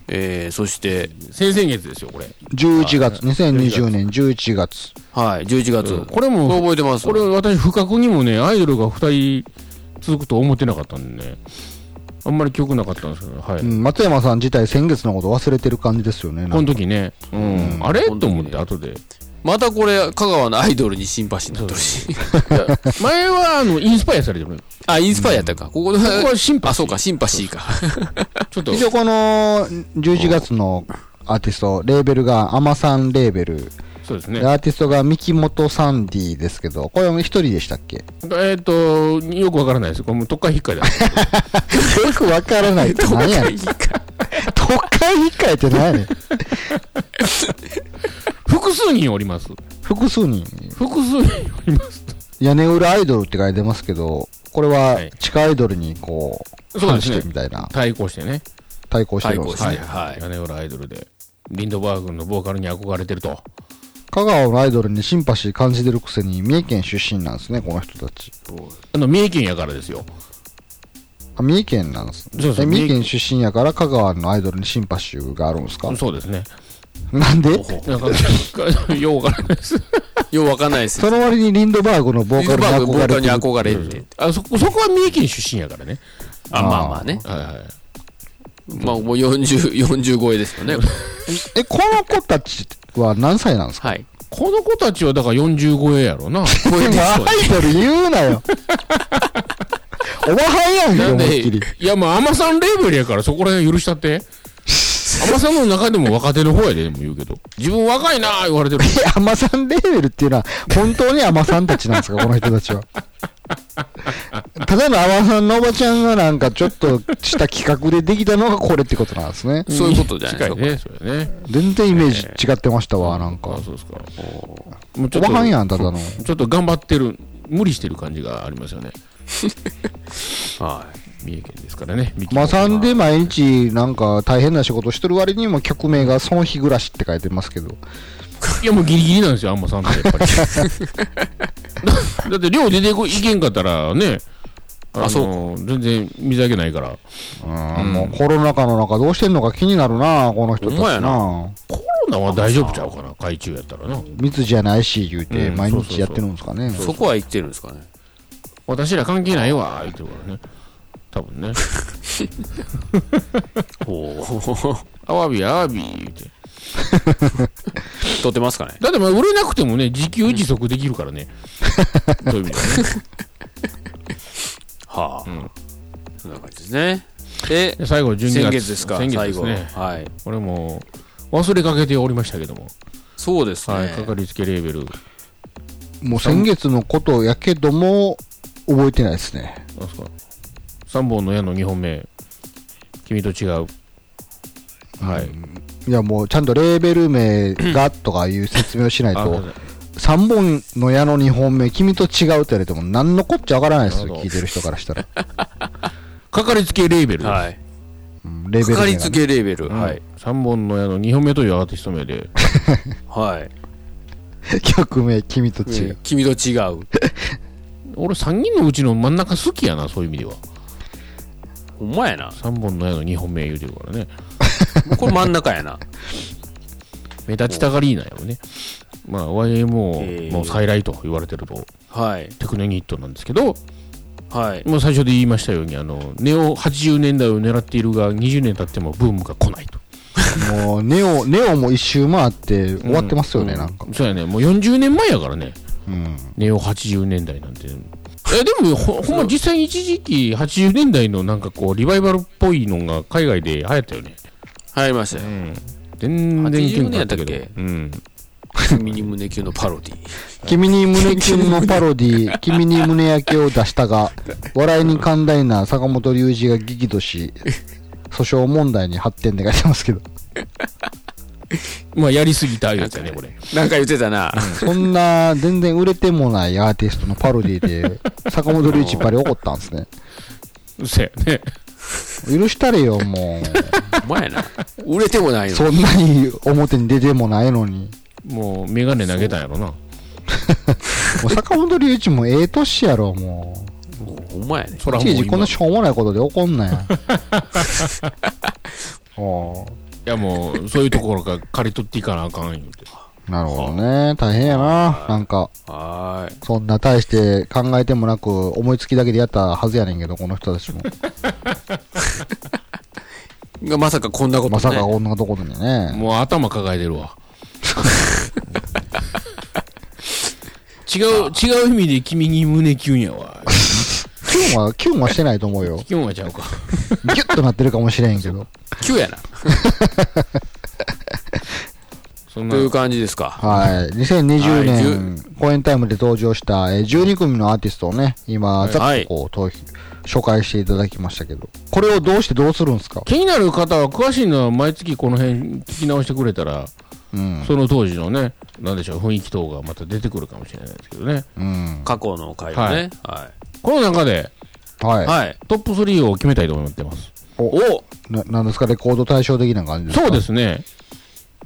えー、そして、
先々月ですよ、これ。
11月、2020年11月。
はい、11月。
これも
覚えてます。
これ私不覚にもねアイドルが2人続くと思ってなかったんでねあんまり記憶なかったんですけどはい、
うん、松山さん自体先月のこと忘れてる感じですよね。な
こ
ん
の
か
時ね、うんあれ
この時
と
ね
思って後で
またこれ、香川のアイドルにシンパシーになってるし。
前はあのインスパイアされてるこ
あ、インスパイアやったか。ここの、
こはシンパ
あ、
シ
そ
ー
うか、シンパシーか。
ちょっと
一応この11月のアーティスト、レーベルがアマさんレーベル、
そうです
で
ね
アーティストが三木本サンディですけど、これも一人でしたっけ
えっ、とよくわからないですこれもう特会引っかいだ
よくわからないって何やねん。都会一回って何やねん。
複数人おります
複数人、
複数人おります
屋根裏アイドルって書いてますけど、これは
はい
地下アイドルにこう、
そう
反
ですね
してみたいな、
対抗してね
対抗してるんです
対抗し
ね。
てはい
屋根裏アイドルでリンドバーグのボーカルに憧れてると
香川のアイドルにシンパシー感じてるくせに、三重県出身なんですね、この人たち。
あの三重県やからですよ
あ三重県なんですね
そうそう
え三重県出身やから香川のアイドルにシンパシーがあるんですか
そうですね
なんで
なんかようわからないです
ようわかんないです。
その割にリンドバーグのボ
リ
ー
ン
カ
ド
ルに
バーグボ
憧
ーカ
れ
ルに
て
憧れて。
る
あそこそこは三重県出身やからね。
あ、まあまあね。
はいはい。
まあもう40、40超えですよね。
え、この子たちは何歳なんですか
はい。
この子たちはだから40超えやろな。
超えて
もう
る
ア
人
イドル言うなよ。おばはんやんけ、
なん
思
で
いっきり。
いや、まあ、アマさんレーベルやからそこら辺許したって。アマさんの中でも若手の方やで、でも言うけど。自分若いなー言われて る。
え、アマさんレーベルっていうのは、本当にアマさんたちなんですか、この人たちは。ただの阿波さんのおばちゃんがなんかちょっとした企画でできたのがこれってことなんです ね。
そういうことじゃないですか。
近いね、それね。
全然イメージ違ってましたわ、なんか
あ、。そうですか。もうち
おばはんやん、ただの。
ちょっと頑張ってる、無理してる感じがありますよ ね。
はい。
三重県ですからね。三木
まあ、さんで毎日なんか大変な仕事してる割にも曲名がその日暮らしって書いてますけど。
いやもうギリギリなんですよ、あんまさんってや っぱり。だだって寮出てこいけんかったらね、の
あそ
全然水あげないから。
うん、もうコロナ禍の中どうしてんのか気になるな、この人たち
ほんまや
な。
コロナは大丈夫ちゃうかな、海中やったらな。
密じゃないし言うて、
うん
毎
そうそうそう
日やってるんですかね。
そこは言ってるんですか ね。
私ら関係ないわ、言ってるからね。多分 ね。
ほう。
アワビ、アワビ、言うて。
撮ってますかね。
だってまあ売れなくてもね、自給自足できる からね。そういう意味ではね。
はあ。
ん
そんな感じですね。で、
で最後、12月。
先月ですか、
先月
最
です
後。
ね。
はい。
これもう忘れかけておりましたけども。
そうですね。
はい、かかりつけレーベル。
もう先月のことやけども、覚えてないですね。
なんすか三本の矢の二本目君と違うはい、
いやもうちゃんとレーベル名がとかいう説明をしない
あごめ
と
んな、
3本の矢の2本目、君と違うって言われても、何のこっちゃわからないです
なる
よ、
ほど
聞いてる人からしたら。
かかりつけレーベルです、
はい。
うんレーベ
か
ル
か
名
り
が
つ
ね。
けレーベル。
うん
はい。
三本の矢の二本目というアーティスト名で
はい。
曲名、君と違
え
う
ー。君と違う。
俺三人のうちの真ん中好きやなそういう意味では
ほんまやな。
三本の矢の二本目言うてるからね
これ真ん中やな。
目立ちたがりーなやろねまあ YMO
えー
の再来と言われてると
はい。
テクノニットなんですけど
はい。
もう最初で言いましたようにあのネオ80年代を狙っているが20年経ってもブームが来ないと
もう、ネオ、ネオも一周回って終わってますよね、なんか。
そうやねもう40年前やからね
うん。
ネオ80年代なんて。えでも ほほんま実際に一時期80年代のなんかこうリバイバルっぽいのが海外で流行ったよね。
入りましたよ。
全然いけんかったけど。
80年やったっ
うん。
君に胸キュンのパロディ。
君に胸キュンのパロデ ィ、君に胸焼けを出したが、笑いに寛大な坂本龍二が激怒し、訴訟問題に発展で書いてますけど、
まあやりすぎたやつやねこれ。
なんか言ってたな。
そんな全然売れてもないアーティストのパロディで、坂本龍一ばり怒ったんですね。
そうやね。
許したれよ、もう。
ほんまやな。売れてもないの。
そんなに表に出てもないのに。
もうメガネ投げたんやろな。
もう坂本龍一もええ年やろ、も。
ほんまやね。
そうら
い
もう
ちいちこ
今
んないしょうもないことで怒んなよ。お
やもうそういうところから刈り取っていかなあかん言うて。
なるほどね。大変やな。なんか。
はーい。
そんな大して考えてもなく思いつきだけでやったはずやねんけど、この人たちも。
がまさかこんなことね。
まさかこんなところにね。
もう頭抱えてるわ。違う、違う意味で君に胸キュンやわ。。
キュンは、キュンはしてないと思うよ
キュンはちゃうか。
ギュッとなってるかもしれんけど。
急やな。
そんな
という感じですか。
はい。
は
2020
い
年、公演タイムで登場したえー12組のアーティストをね、今、ざっとこう、投票紹介していただきましたけど。これをどうしてどうするんですか
気になる方は詳しいのは毎月この辺聞き直してくれたら、
うん。
その当時のね、なんでしょう、雰囲気等がまた出てくるかもしれないですけどね。
うん。
過去の回のね。は
この中で
い。
は
はい。
トップ3を決めたいと思ってます。
お
い。な、なんですかレコード対象的な感じですか
そうですね。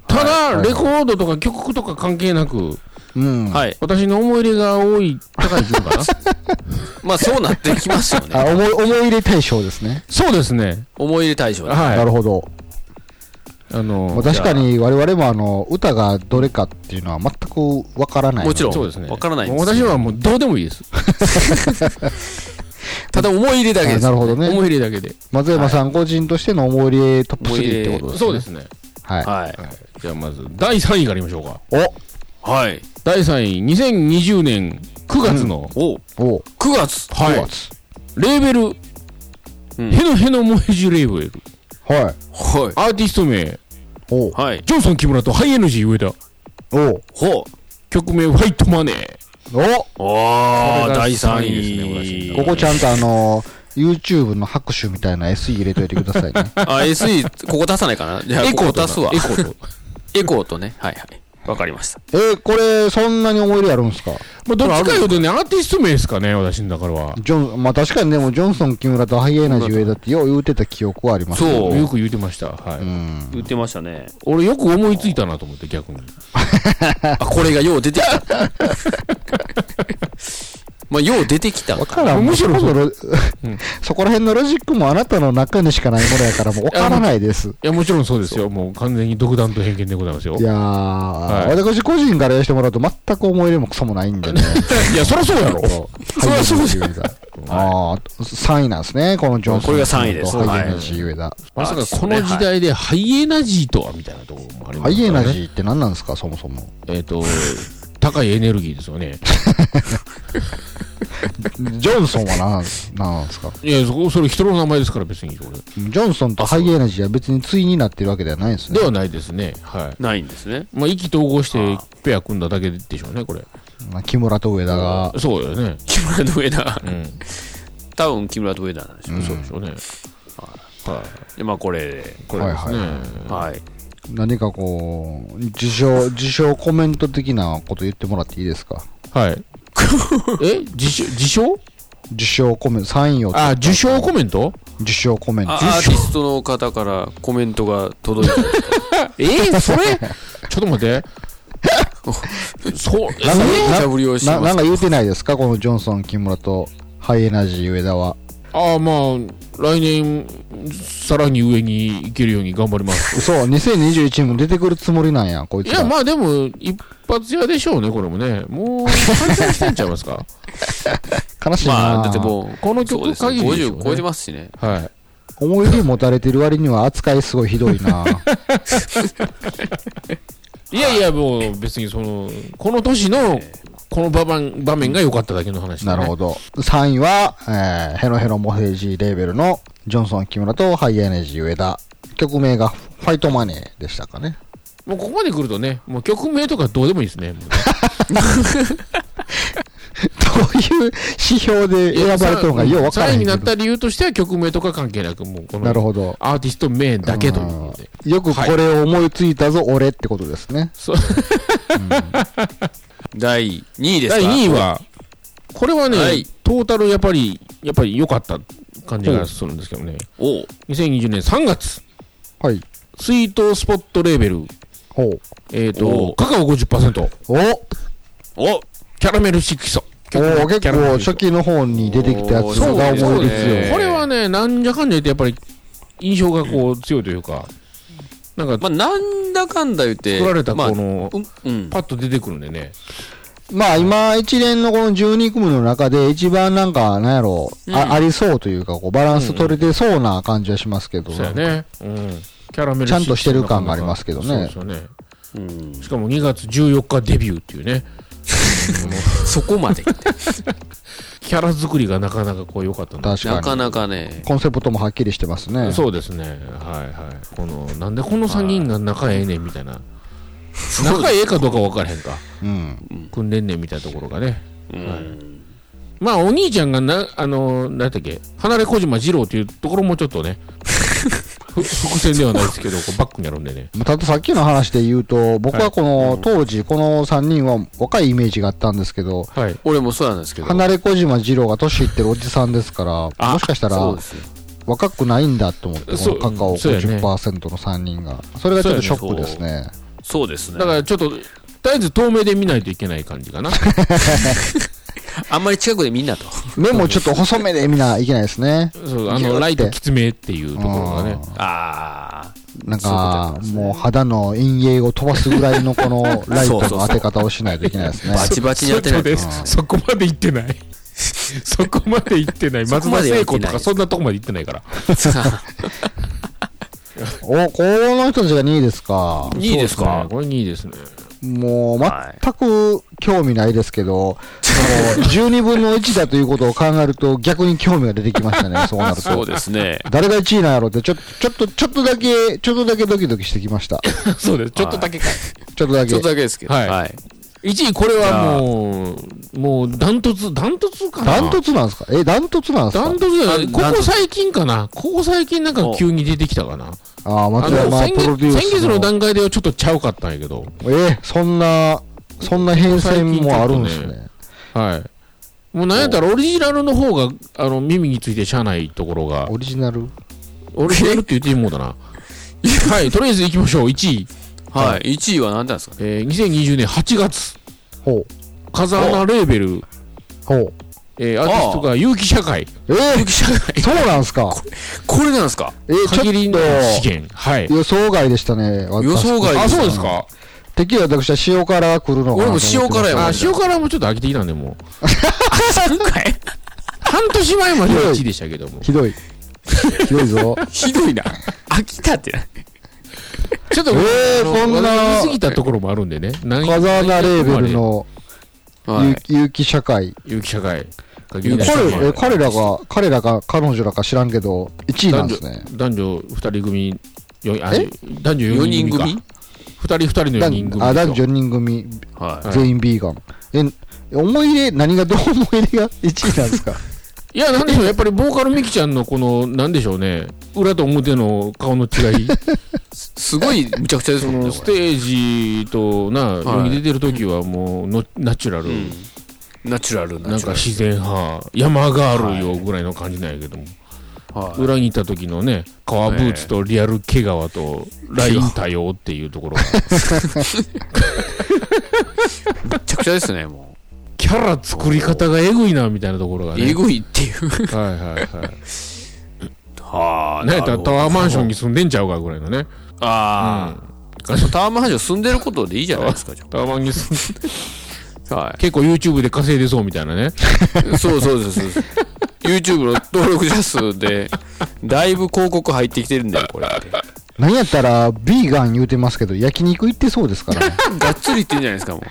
ただ、レコードとか曲とか関係なく、
うん。
はい。
私の思い入れが多い、高い順かな。
まあそうなってきますよ
あ
ね。
思い、思い入れ対象ですね。
そうですね。
思い入れ対象ね
はい。
なるほど。
あ
まあ
の、
確かに我々もあの歌がどれかっていうのは全くわからない
もちろん
そうですね。
わからないん
も
です
う私はもうどうでもいいです。
ただ思い入れだけです。
なるほどね
思い入れだけで。
松山さん個人としての思い入れトップ
思い入
3
れ
ってことですね
そうですね。
はい、
はい。
じゃあまず、第3位からいきましょうか。
はい。
第3位、2020年9月の、
お
おお
九9月。
はい
5月
レーベル、
うん
ヘノヘノモヘジュレーベル、
はい
はい。
アーティスト名、
おう
はい。
ジョンソン木村とハイエナジー上田、
おう
ほう。
曲名、ファイトマネー、
お
お
こ
ー、
れが
第3
三位ですね
位。
私
ここちゃんとあの、YouTube の拍手みたいな SE 入れといてくださいね。
あ、SE、ここ出さないかなじゃあ、
エコー
ここ
と
出すわ。
エコーと。
エコーとね。はいはい。わかりました。
えーこれ、そんなに思い入れあるんですか
まあ、どっちかいうとね、アーティスト名ですかね、私の中では。
ジョン、まあ確かにでも、ジョンソン、木村とハイエナジー上だってよう言うてた記憶はあります。
そう
よく言うてました。はい。
言ってましたね。
俺よく思いついたなと思って、逆に。
あ、これがよう出てきた。 まあ、よう出てきた。
わからん。むしろその、 そこら辺のロジックもあなたの中にしかないものやから、もうわからないです。
いや、もちろんそうですよ。もう完全に独断と偏見でございますよ。
いやー、
い
私個人からやらせてもらうと全く思い入れもクソもないんでね。
いや、そりゃそうやろ。
そりゃそうですよ。ああ、3位なんですね、このジョンソン。
これが三位です
ハイエナジー上だ。
まさかこの時代でハイエナジーとはみたいなところもありま
ハ
す
イエナジ
ー
ーって何なんですか、そもそも。
えっと、高いエネルギーですよね。
ジョンソンは何なんです何なんですか
いや、そこ、それ人の名前ですから別にそれ。
ジョンソンとハイエナジーは別に対になってるわけではないんですね
で。はないですね。はい。
ないんですね。
まあ、意気投合してペア組んだだけでしょうね、これ。
まあ木村と上田が。
そうよね。
木村と上田
う。ん。
多分木村と上田なんでしょう。
そうでしょうね。は
で、まあ、これで。
い。これですね。
はい
はい。
何かこう、受賞、受賞コメント的なこと言ってもらっていいですか
はい。え自称自称
受賞コメント、3位を取った
あ、受賞コメント
受賞コメント。
あアーティストの方からコメントが届いた。
えー、それ ちょっと待って。 そう、
なんか
え
無
な
茶ぶりをしてます
ななんか言うてないですかこのジョンソン、木村とハイエナジー上田は。
ああ、まあ、来年、さらに上に行けるように頑張ります。
そう、2021にも出てくるつもりなんや、こい つ
い
ら。
や、まあでも、一発屋でしょうね、これもね。もう、完成してんちゃいますか。
悲しいな、
まあ、だってもう、
この
そう
曲
ですね
限りでしょうね
50超えてますしね。
はい。
思い出持たれてる割には扱いすごいひどい な。
いやいや、もう、別にその、この年の、この場面場面が良かっただけの話、
なるほ
ど。
ど。3位は、えーヘロヘロモヘジレーベルのジョンソン・木村とハイエナジー上田。曲名がファイトマネーでしたかね。
もうここまで来るとね、もう曲名とかどうでもいい ですね。もうね
どういう指標で選ばれたのかよう分から
3
へ
位
ん
に
け
なっ
ど。
た理由としては曲名とか関係なく、もうこ
なる
の
ほど。
アーティスト名だけということで。
よくこれを思いついたぞ、俺ってことですね。
そう
第2位ですか
第2位は、これはね、
はい
トータルやっぱり、やっぱり良かった感じがするんですけどね。
おう
2020年3月、
はい。
スイートスポットレーベル、
ほう。
えっ、
お
と、カカオ50%、
お
お
キャラメル色素。
おー
キ
結
ャラメル
構
色素
初期の方に出てきたやつが
そう
思
ですそう
い出
です
強
ね
い。
これはね、なんじゃかんじゃ言って、やっぱり印象がこう強いというか、なん
ま
か
あ、なんだかんだ言って。
作られたこ
まあ
の、
うんうん。
パッと出てくるんでね。
まあ今一連のこの12組の中で一番なんかなんやろう、
うん
あありそうというかこうバランス取れてそうな感じはしますけど、
そうやね。うん。キャラメル
ちゃんとしてる感がありますけどね
そうですよね。
うん
しかも2月14日デビュー っていうね。
そこまで。
キャラ作りがなかなかこう良かったんだ
確かに
なかなかね。
コンセプトもはっきりしてますね
そうですね、はいはい、このなんでこの3人が仲ええねんみたいな、
う
仲ええかどうか分からへんか、
う、ん、
組んでんねんみたいなところがね、
うん。
まあ、お兄ちゃんがな、あのなんだったっけ、離れ小島二郎というところもちょっと ね、ふ伏線ではないですけど、こうバックにあるんでね、
まあたださっきの話で言うと僕はこの当時この3人は若いイメージがあったんですけど
はい、
俺もそうなんですけど。
離れ小島二郎が年いってるおじさんですから
あ
もしかした
そう
ら
ですよ
若くないんだと思ってこ
そ
の
う
カカオ
そうやね
50%の3人がそれがちょっとショックですね
そうですね。
だからちょっと、とりあえず遠目で見ないといけない感じかな、
あんまり近くでみんなと。
目もちょっと細めで見ないけないですね
そうあのライトきつめっていうところがね、
ああ。
なん
そういうことやった
か
んですね
もう肌の陰影を飛ばすぐらいの このライトの当て方をしないといけないですね。
バチバチに当てないと。
そそこまで行ってない。 そこまで行ってない。
そこ
松
ま
田
では行
聖
って
子
な
と
い
か、そんなとこまで行ってないから。
お、この人たちが2位ですか。
いいですか
そうねこれ2位ですね。
もう全く興味ないです けど、もう12分の1だということを考えると逆に興味が出てきましたね、そうなる
そう
と。
ですね。
誰が1位なんやろうって、ちょちょっと、ちょっとだけ、ちょっとだけドキドキしてきました。
そうです。ちょっとだけか。
ちょっとだけ。
ちょっとだけですけど。
はい
はい。
1位、これはもう、もうダントツ、ダントツかな。
ダントツなんですかえ、ダントツなんです
ダ
か
ントツじゃない。
ダン
ここ最近かな。ここ最近なんか急に出てきたかな。
ああ、
あ
松
の、
山
先
プロデュ
月、
ー
先
ス
月の
の。
段階ではちょっとちゃうかったんやけど。
え、そんな、そんな変遷もあるんです
最近ちょっと
ね。
はい。もうなんやったらオリジナルの方が、あの、耳についてしゃあないところが、
オリジナル
オリジナルって言ってもうだな。はい、とりあえず行きましょう。1位。
はい。1位は何なんですかね
えー、2020年8月、
ほう。
風穴レーベル、
ほう。
えー、アーティストが有機社会、
え
有 機社会。
ー、そうなんすか
これなんですか
え、ちょ
限りの
っ
資源。はい
と、。予想外でしたね。私
予想外
あ、そうですか。
てっきり私は塩辛が来るのかなと思ってました。
俺も塩辛やわ
あ、塩辛もちょっと飽きてきたんで、もう。半年前までは1位でしたけども。
ひどい。ひどいぞ。
ひどいな。飽きたってな。
ちょっと、
えー
あの
こんな
私言い過ぎたところもあるんでね。風
風穴レーベル。の
はい
有有機社会。
有機社会。
彼
有機社会
え彼らが、彼らが、彼女らか知らんけど、1位なんですね。
男女2人組、よあ
え
男女
4人
4人組
組
か。2人2人の4人組ですよ。
あ男女4人組、
は
はい
全員ビーガン。え、思い入れ、何がどう思い入れが1位なん ですか
いや、なんでしょう、やっぱりボーカルミキちゃんのこの、なんでしょうね、裏と表の顔の違い、
い。すごい、むちゃくちゃですもん ね。
ス
これ
テージとな、
はい
世に出てる時はもうの、ナチュラル、
うんナチュラル
なんか自然派、山ガールよぐらいの感じなんやけども、
はい。
裏にいた時のね、革ブーツとリアル毛皮とライン多様っていうところが、
むちゃくちゃですね、も
キャラ作り方がエグいなみたいなところが
う。
ね。
えぐいっていう。
はいはい は
は
い。なんやったらタワーマンション
に。
に住んでんちゃうかぐらいのね。
ああ。そうタワーマンション住んでることでいいじゃないですか、じゃ
タワーマンに住んで、
あは
結構 YouTube で稼いでそうみたいなね。
い。 そうそうですそうです。YouTube の登録者数で、だいぶ広告入ってきてるんだよ、これって。
何やったら、ビーガン言うてますけど、焼肉行ってそうですから、 ね、
がっつりいってんじゃないですか、もう。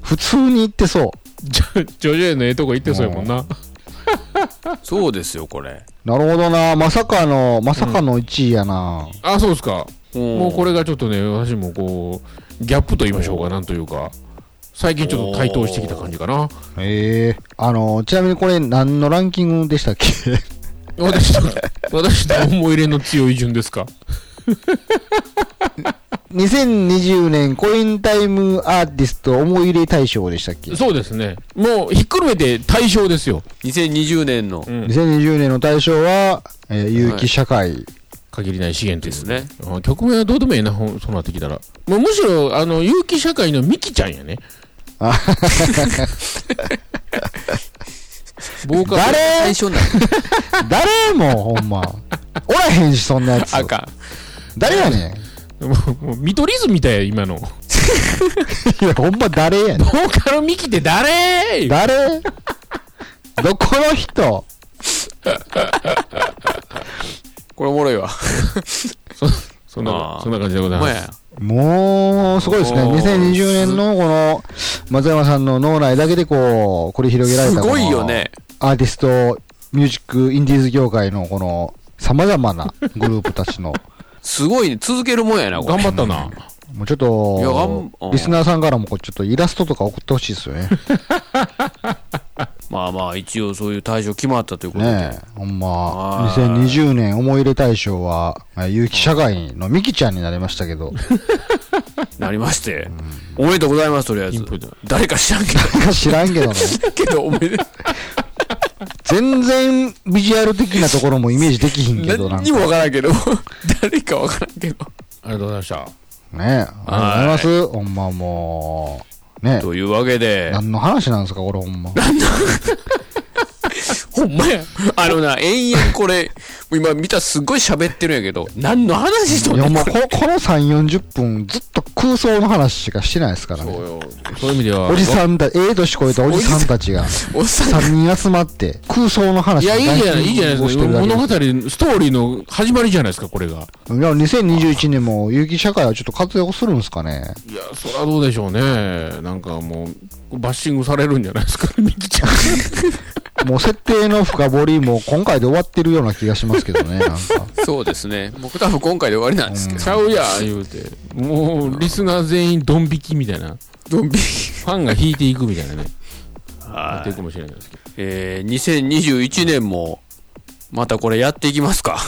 普通に行ってそ
ジョジョジョのええとこ行ってそうやもんな。
そうですよ、これ。
う。なるほどな。まさかの、まさかの1位やな。
あ、そうですか。
も
もうこれがちょっとね、私もこう、ギャップと言いましょうか、なんというか、最近ちょっと台頭してきた感じかな。
ええあの、ちなみにこれ何のランキングでしたっけ
私と、 私と思い入れの強い順ですか。
?2020 年コインタイムアーティスト思い入れ大賞でしたっけ
そうですね。もう、ひっくるめて対象ですよ。
2020年の
うん。
2020年の大賞は、えー有機社会。
限りない資源
で
ですす
ね
ね。。あ曲名はどうでもいいな、ほんそうなってきたら。もうむしろ、あの、有機社会のミキちゃんやね。ボーカル。
誰
最初な
誰もほんま。おらへんし、そんなやつ。
あか
誰やねん。
もうもう見取り図みたいや、今の。
いや、ほんま誰やねん。
ボーカルミキって誰
誰どこの人
これおもろいわ。
そん
あ
な
ー、
そんな感じでござい
ほんま
ます。
や
もう、すごいですね。
おー
2020年のこの、松山さんの脳内だけでこう、繰り広げられ
す
たこの
ごいよね。
アーティスト、ミュージック、インディーズ業界のこの、様々なグループたちの、
すごいね。続けるもんやな、こ
頑
れ。
張ったな。
もうちょ
い
っ
や頑
と
張うん、
リスナーさんからもこうちょっとイラストとか送ってほしいですよね。
まあまあ、一応そういう対象決まったということで。
ねえ、ほんま、
はい
2020年思い入れ大賞は、えー有機社会のミキちゃんになりましたけど、
なりまして。おめでとうございます、とりあえ
イ
ず
ンプット。
誰か知らんけ
知らんけどね、
ど、けどおめで
全然ビジュアル的なところもイメージできひんけど、な
何
ん
に
か
もわからんけど、 誰かわからんけど。
ありがとうございました。
ねえ、ありがとうございます、ほんまもう、ね
というわけ
え、
で、
何の話なんですか、これ ほんま。
ほんまや。あのな、延々これ、今見たらすっごい喋ってるんやけど、何の話しと
い
んね
や
ん
もう
こ
こ
れ
この3、40分、ずっと空想の話しかしてないですから
そう
ね。
よ。そういう意味では。
おじさんだ、ええ年超えたおじさんたちが、
おっさん、
3人集まって、空想の話
いや、いいじゃない、いいじゃない
を
で
し
す
て
か。
るだけ
物
です
語、ストーリーの始まりじゃないですか、これが。
いや、2021年も有機社会はちょっと活躍するんですかね。
いや、そりゃどうでしょうね。なんかもう、バッシングされるんじゃないで すか、ミキちゃん。
もう設定の深掘りも今回で終わってるような気がしますけどね、なんか。
そうですね。僕多分今回で終わりなんですけど。
ちゃうや、言うて。もう、リスナー全員ドン引きみたいな。
ドンビ
ファンが引いていくみたいなね、やっ
は
ていくかもしれないですけど。
いえー、2021年も、またこれやっていきますか。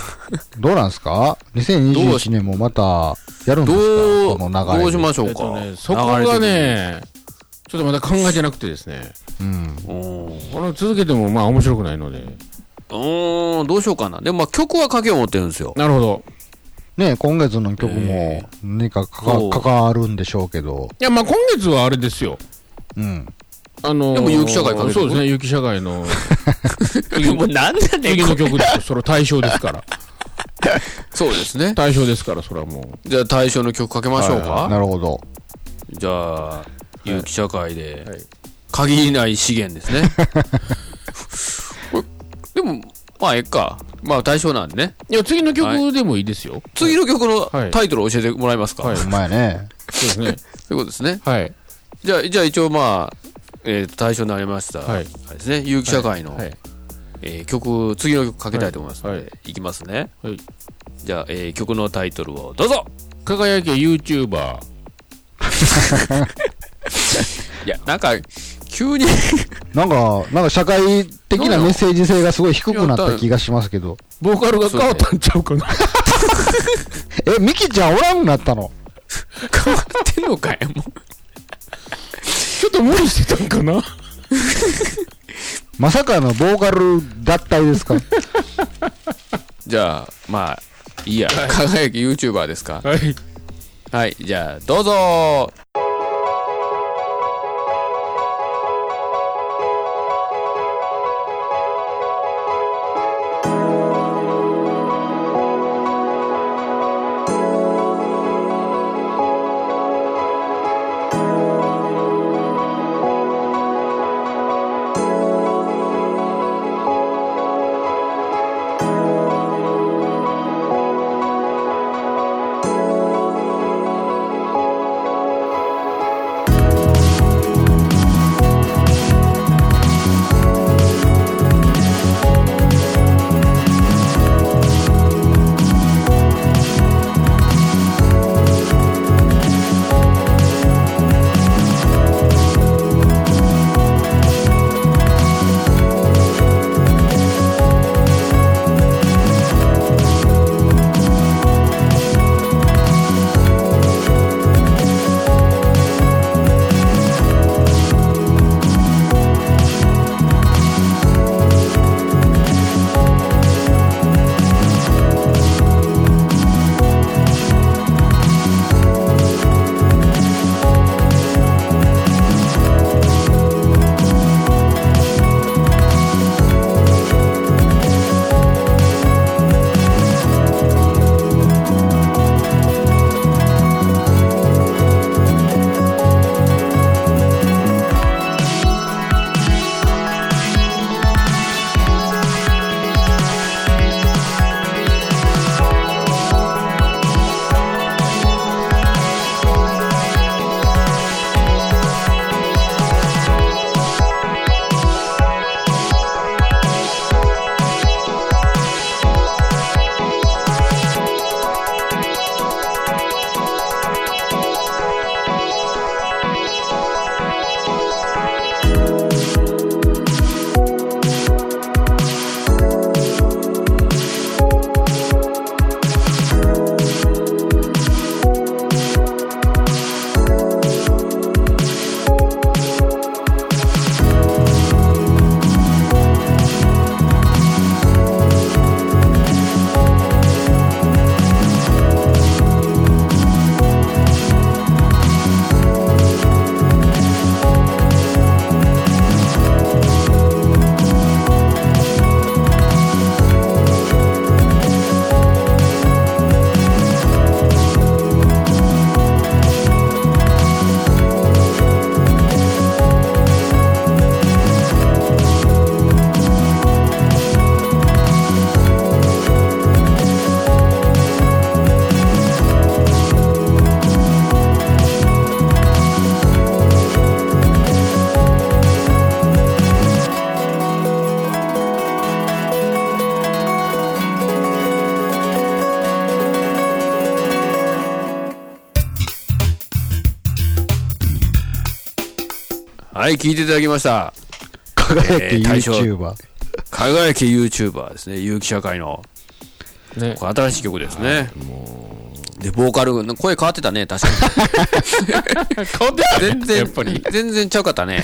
どうなんですか
どうし
?2021 年もまたやるんです
どう、
かこの流れ。
どうしましょ
え
う
っ
か。
とね、そこが
流れ
ね、ちょっとまだ考えてなくてですね、
うん。
的に、うん
この続けてもまあ面白くないので、
うーん、どうしようかな。でもまあ曲はかけよう思ってるん ですよ。
なるほど。
ね今月の曲も
え
何かか
そう
か関わるんでしょうけど。
いや、まあ今月はあれですよ。
うん。
あのー
でも有機社会かけてくる
そうですね、有機社 会の
もうなんだね
次の曲ですよそれ対象ですから。
そうですね。
対象ですから、それはもう。
じゃあ対象の曲かけましょうか。
なるほど。
じゃあ、有機社会で
はい、
限りない資源です ね。これでも、まあ、えっか。まあ、対象なんでね。
いや、次の曲でもいいですよ。
次の曲の
はい
タイトルを教えてもらえますか、
はい
お前ね。
そうですね。
ということですね。
はい。
じゃあ、じゃあ一応まあ、えー対象になりました。
はい
あれですね。有機社会の、
はい。
えー曲、次の曲かけたいと思いますので、
はいい
きますね。
はい
じゃあ、えー曲のタイトルをどうぞ
輝け YouTuber。
いや、なんか、急に
なんか、なんか社会的なメッセージ性がすごい低くなった気がしますけど。
ボーカルが変わったんちゃうかな。
え、ミキちゃんおらんくなったの
変わってんのかいもう。
ちょっと無理してたんかな。
まさかのボーカル脱退ですか
じゃあ、まあ、いいや。輝き YouTuber ですか
はい。
はい、じゃあ、どうぞはい、聞いていただきました。
輝
えー
き
大賞
YouTuber。
輝き YouTuber ですね、有機社会の。
ね
これ新しい曲ですね。で、ボーカル、声変わってたね、確か
変わってた
に。全然、
やっぱり。
全然ちゃうかったね。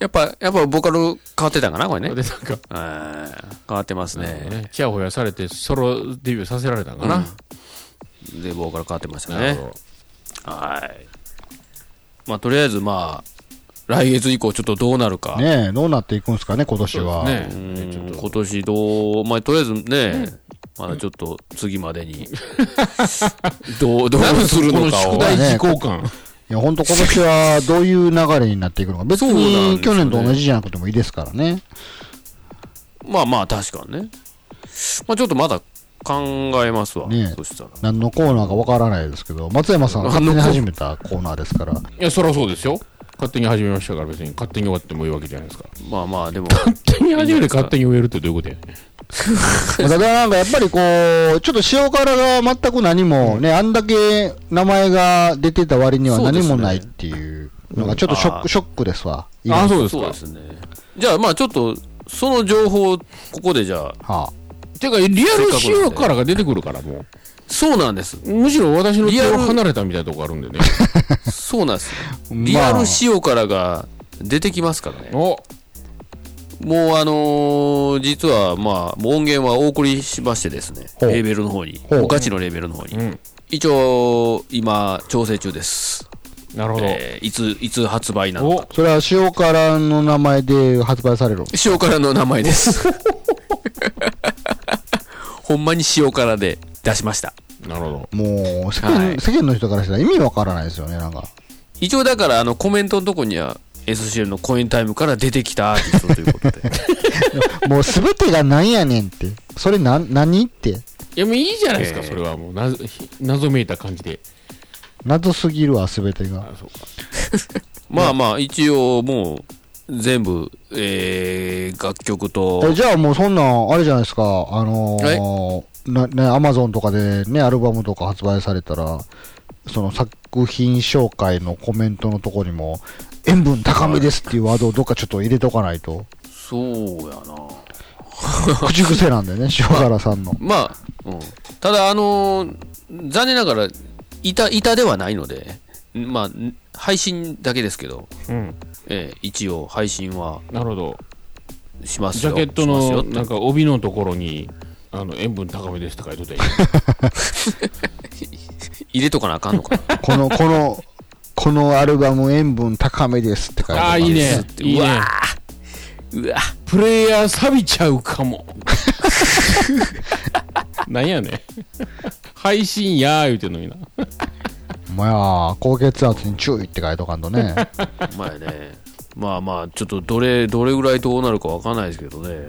やっぱ、やっぱボーカル変わってたんかな、これ
で、
ね
な。んか、
うん変わってますね。
ね、ちやほやされて、ソロデビューさせられたんかな。
で、ボーカル変わってました
なる
ね
ほ。ど
はい。まあ、とりあえず、まあ、来月以降、ちょっとどうなるか。
ねえ、どうなっていくんですかね、今年は。
ね
う、
ちょっ
ん
と
今年どう、まあ、とりあえずね、まだちょっと次までに、どう、どうするのか
こ
を
の宿。題非公感。
いや、本当今年はどういう流れになっていくのか。別
そうなんですよ
に
ね
去年と同じじゃなくてもいいですからね。
まあまあ、確かにね。まあ、ちょっとまだ考えますわ。
ね
そしたら。
何のコーナーかわからないですけど、松山さんが勝手に始めたコーナーですから。
いや、そりゃそうですよ。勝手に始めましたから、別に勝手に終わってもいいわけじゃないですか。
まあまあ、でも、
勝手に始めて勝手に終えるってどういうことやね
まあただなんかやっぱりこう、ちょっと塩辛が全く何もね、あんだけ名前が出てた割には
そうで
何
すね
もないっていうのがちょっとショッ
うん
ク、ショックですわ。
あ、そうです
そうで
か。
すね。じゃあ、まあ、ちょっと、その情報をここでじゃあ、
は
てか、リアル塩辛が出てくるから、も
そうなんです。
う。むしろ私の手
リア
を
ル
離れたみたいなとこあるんでね。
そうなんです。
あ、
リアル
まあ
塩辛が出てきますからね。
お
もうあのー実はまあ、もう音源はお送りしましてですね、
ほう
レーベルの方に、
ほう
ガチのレーベルの方に。
うん。
一応、今、調整中です。
なるほど。
えーいつ、いつ発売なの
お
か。
それは塩辛の名前で発売される。
塩辛の名前 です。ほんまに塩辛で出しました。
なるほど。
もう、世間、
はい
世間の人からしたら意味わからないですよね、なんか。
一応だから、あの、コメントのとこには、SCL のコインタイムから出てきたアーティストということで。
もうすべてがなんやねんって。それなん、何って。
いや、もういいじゃないですか、
えー
それはもう謎、謎めいた感じで。
謎すぎるわ、すべてが。
あ、そうか。
まあまあ、一応もう、全部、えー、楽曲と、
えじゃあもうそんなん、あれじゃないですか。あのーなね、アマゾンとかでね、アルバムとか発売されたら、その作品紹介のコメントのとこにも、塩分高めですっていうワードをどっかちょっと入れとかないと。
そうやな。
口癖なんだよね、塩原さんの。
まあ、うん、ただ、あのー残念ながら、板、板ではないので、まあ、配信だけですけど、
うん。
ええ一応、配信は
なるほど。
します
ジャ
よ。
ケット
しますよ
の、
って
なんか帯のところに、あの、塩分高めですって書いといて。
入れとかなあかんのかな。
この、この、このアルバム塩分高めですって書いて
あ
あ
あ、
る
いいね
っ。て
いいうね
わ。うわ、
プレイヤー錆びちゃうかも。なんやねん。配信やー言うてんのにな。
まあ、高血圧に注意って書いとかん とね。
ほんまやね。まあまあ、ちょっとどれ、どれぐらいどうなるかわかんないですけどね。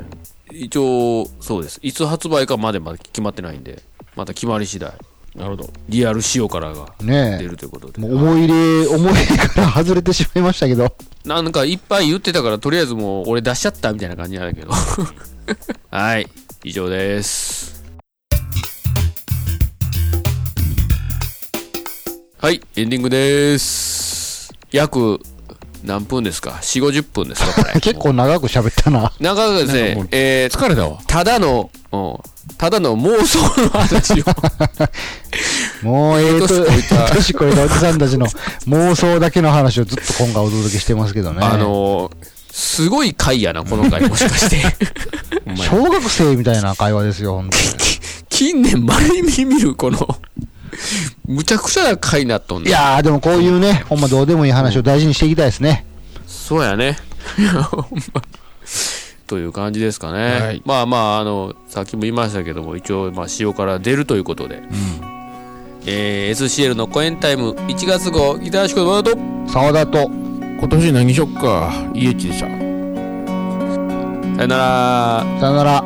一応、そうです。いつ発売かまでまだ決まってないんで、また決まり次第、
なるほど。
リアル塩辛が出
ね
るということ
え。
で。
もう思 い入れ、思い入れから外れてしまいましたけど。
なんかいっぱい言ってたから、とりあえずもう俺出しちゃったみたいな感じなんだ けど。はい、以上です。はい、エンディングです。約何分ですか ?4、50分ですかこ れ。
結構長く喋ったな。
中川です
なんかも
ね
う、
えー
疲れたわ。
ただの、うんただの妄想の話 を。
もうええと、
年越えた
年越えたおじさんたちの 妄想だけの話をずっと今回お届けしてますけどね。
あのー、すごい回やな、この回もしかして。
ほんまや
小学生みたいな会話ですよ、ほんとに
近年まれに見る、この、むちゃくちゃな回になっとんね
いやー、でもこういうね、ほんまどうでもいい話を大事にしていきたいですね。
そうやね。いやほんまという感じですかね。
はい
まあまあ、あの、さっきも言いましたけども、一応、まあ、塩から出るということで。えー SCL のコエンタイム1月号、ギターシコバート。
沢田と、
今年何しよっか。イエチでした。
さよなら。
さよなら。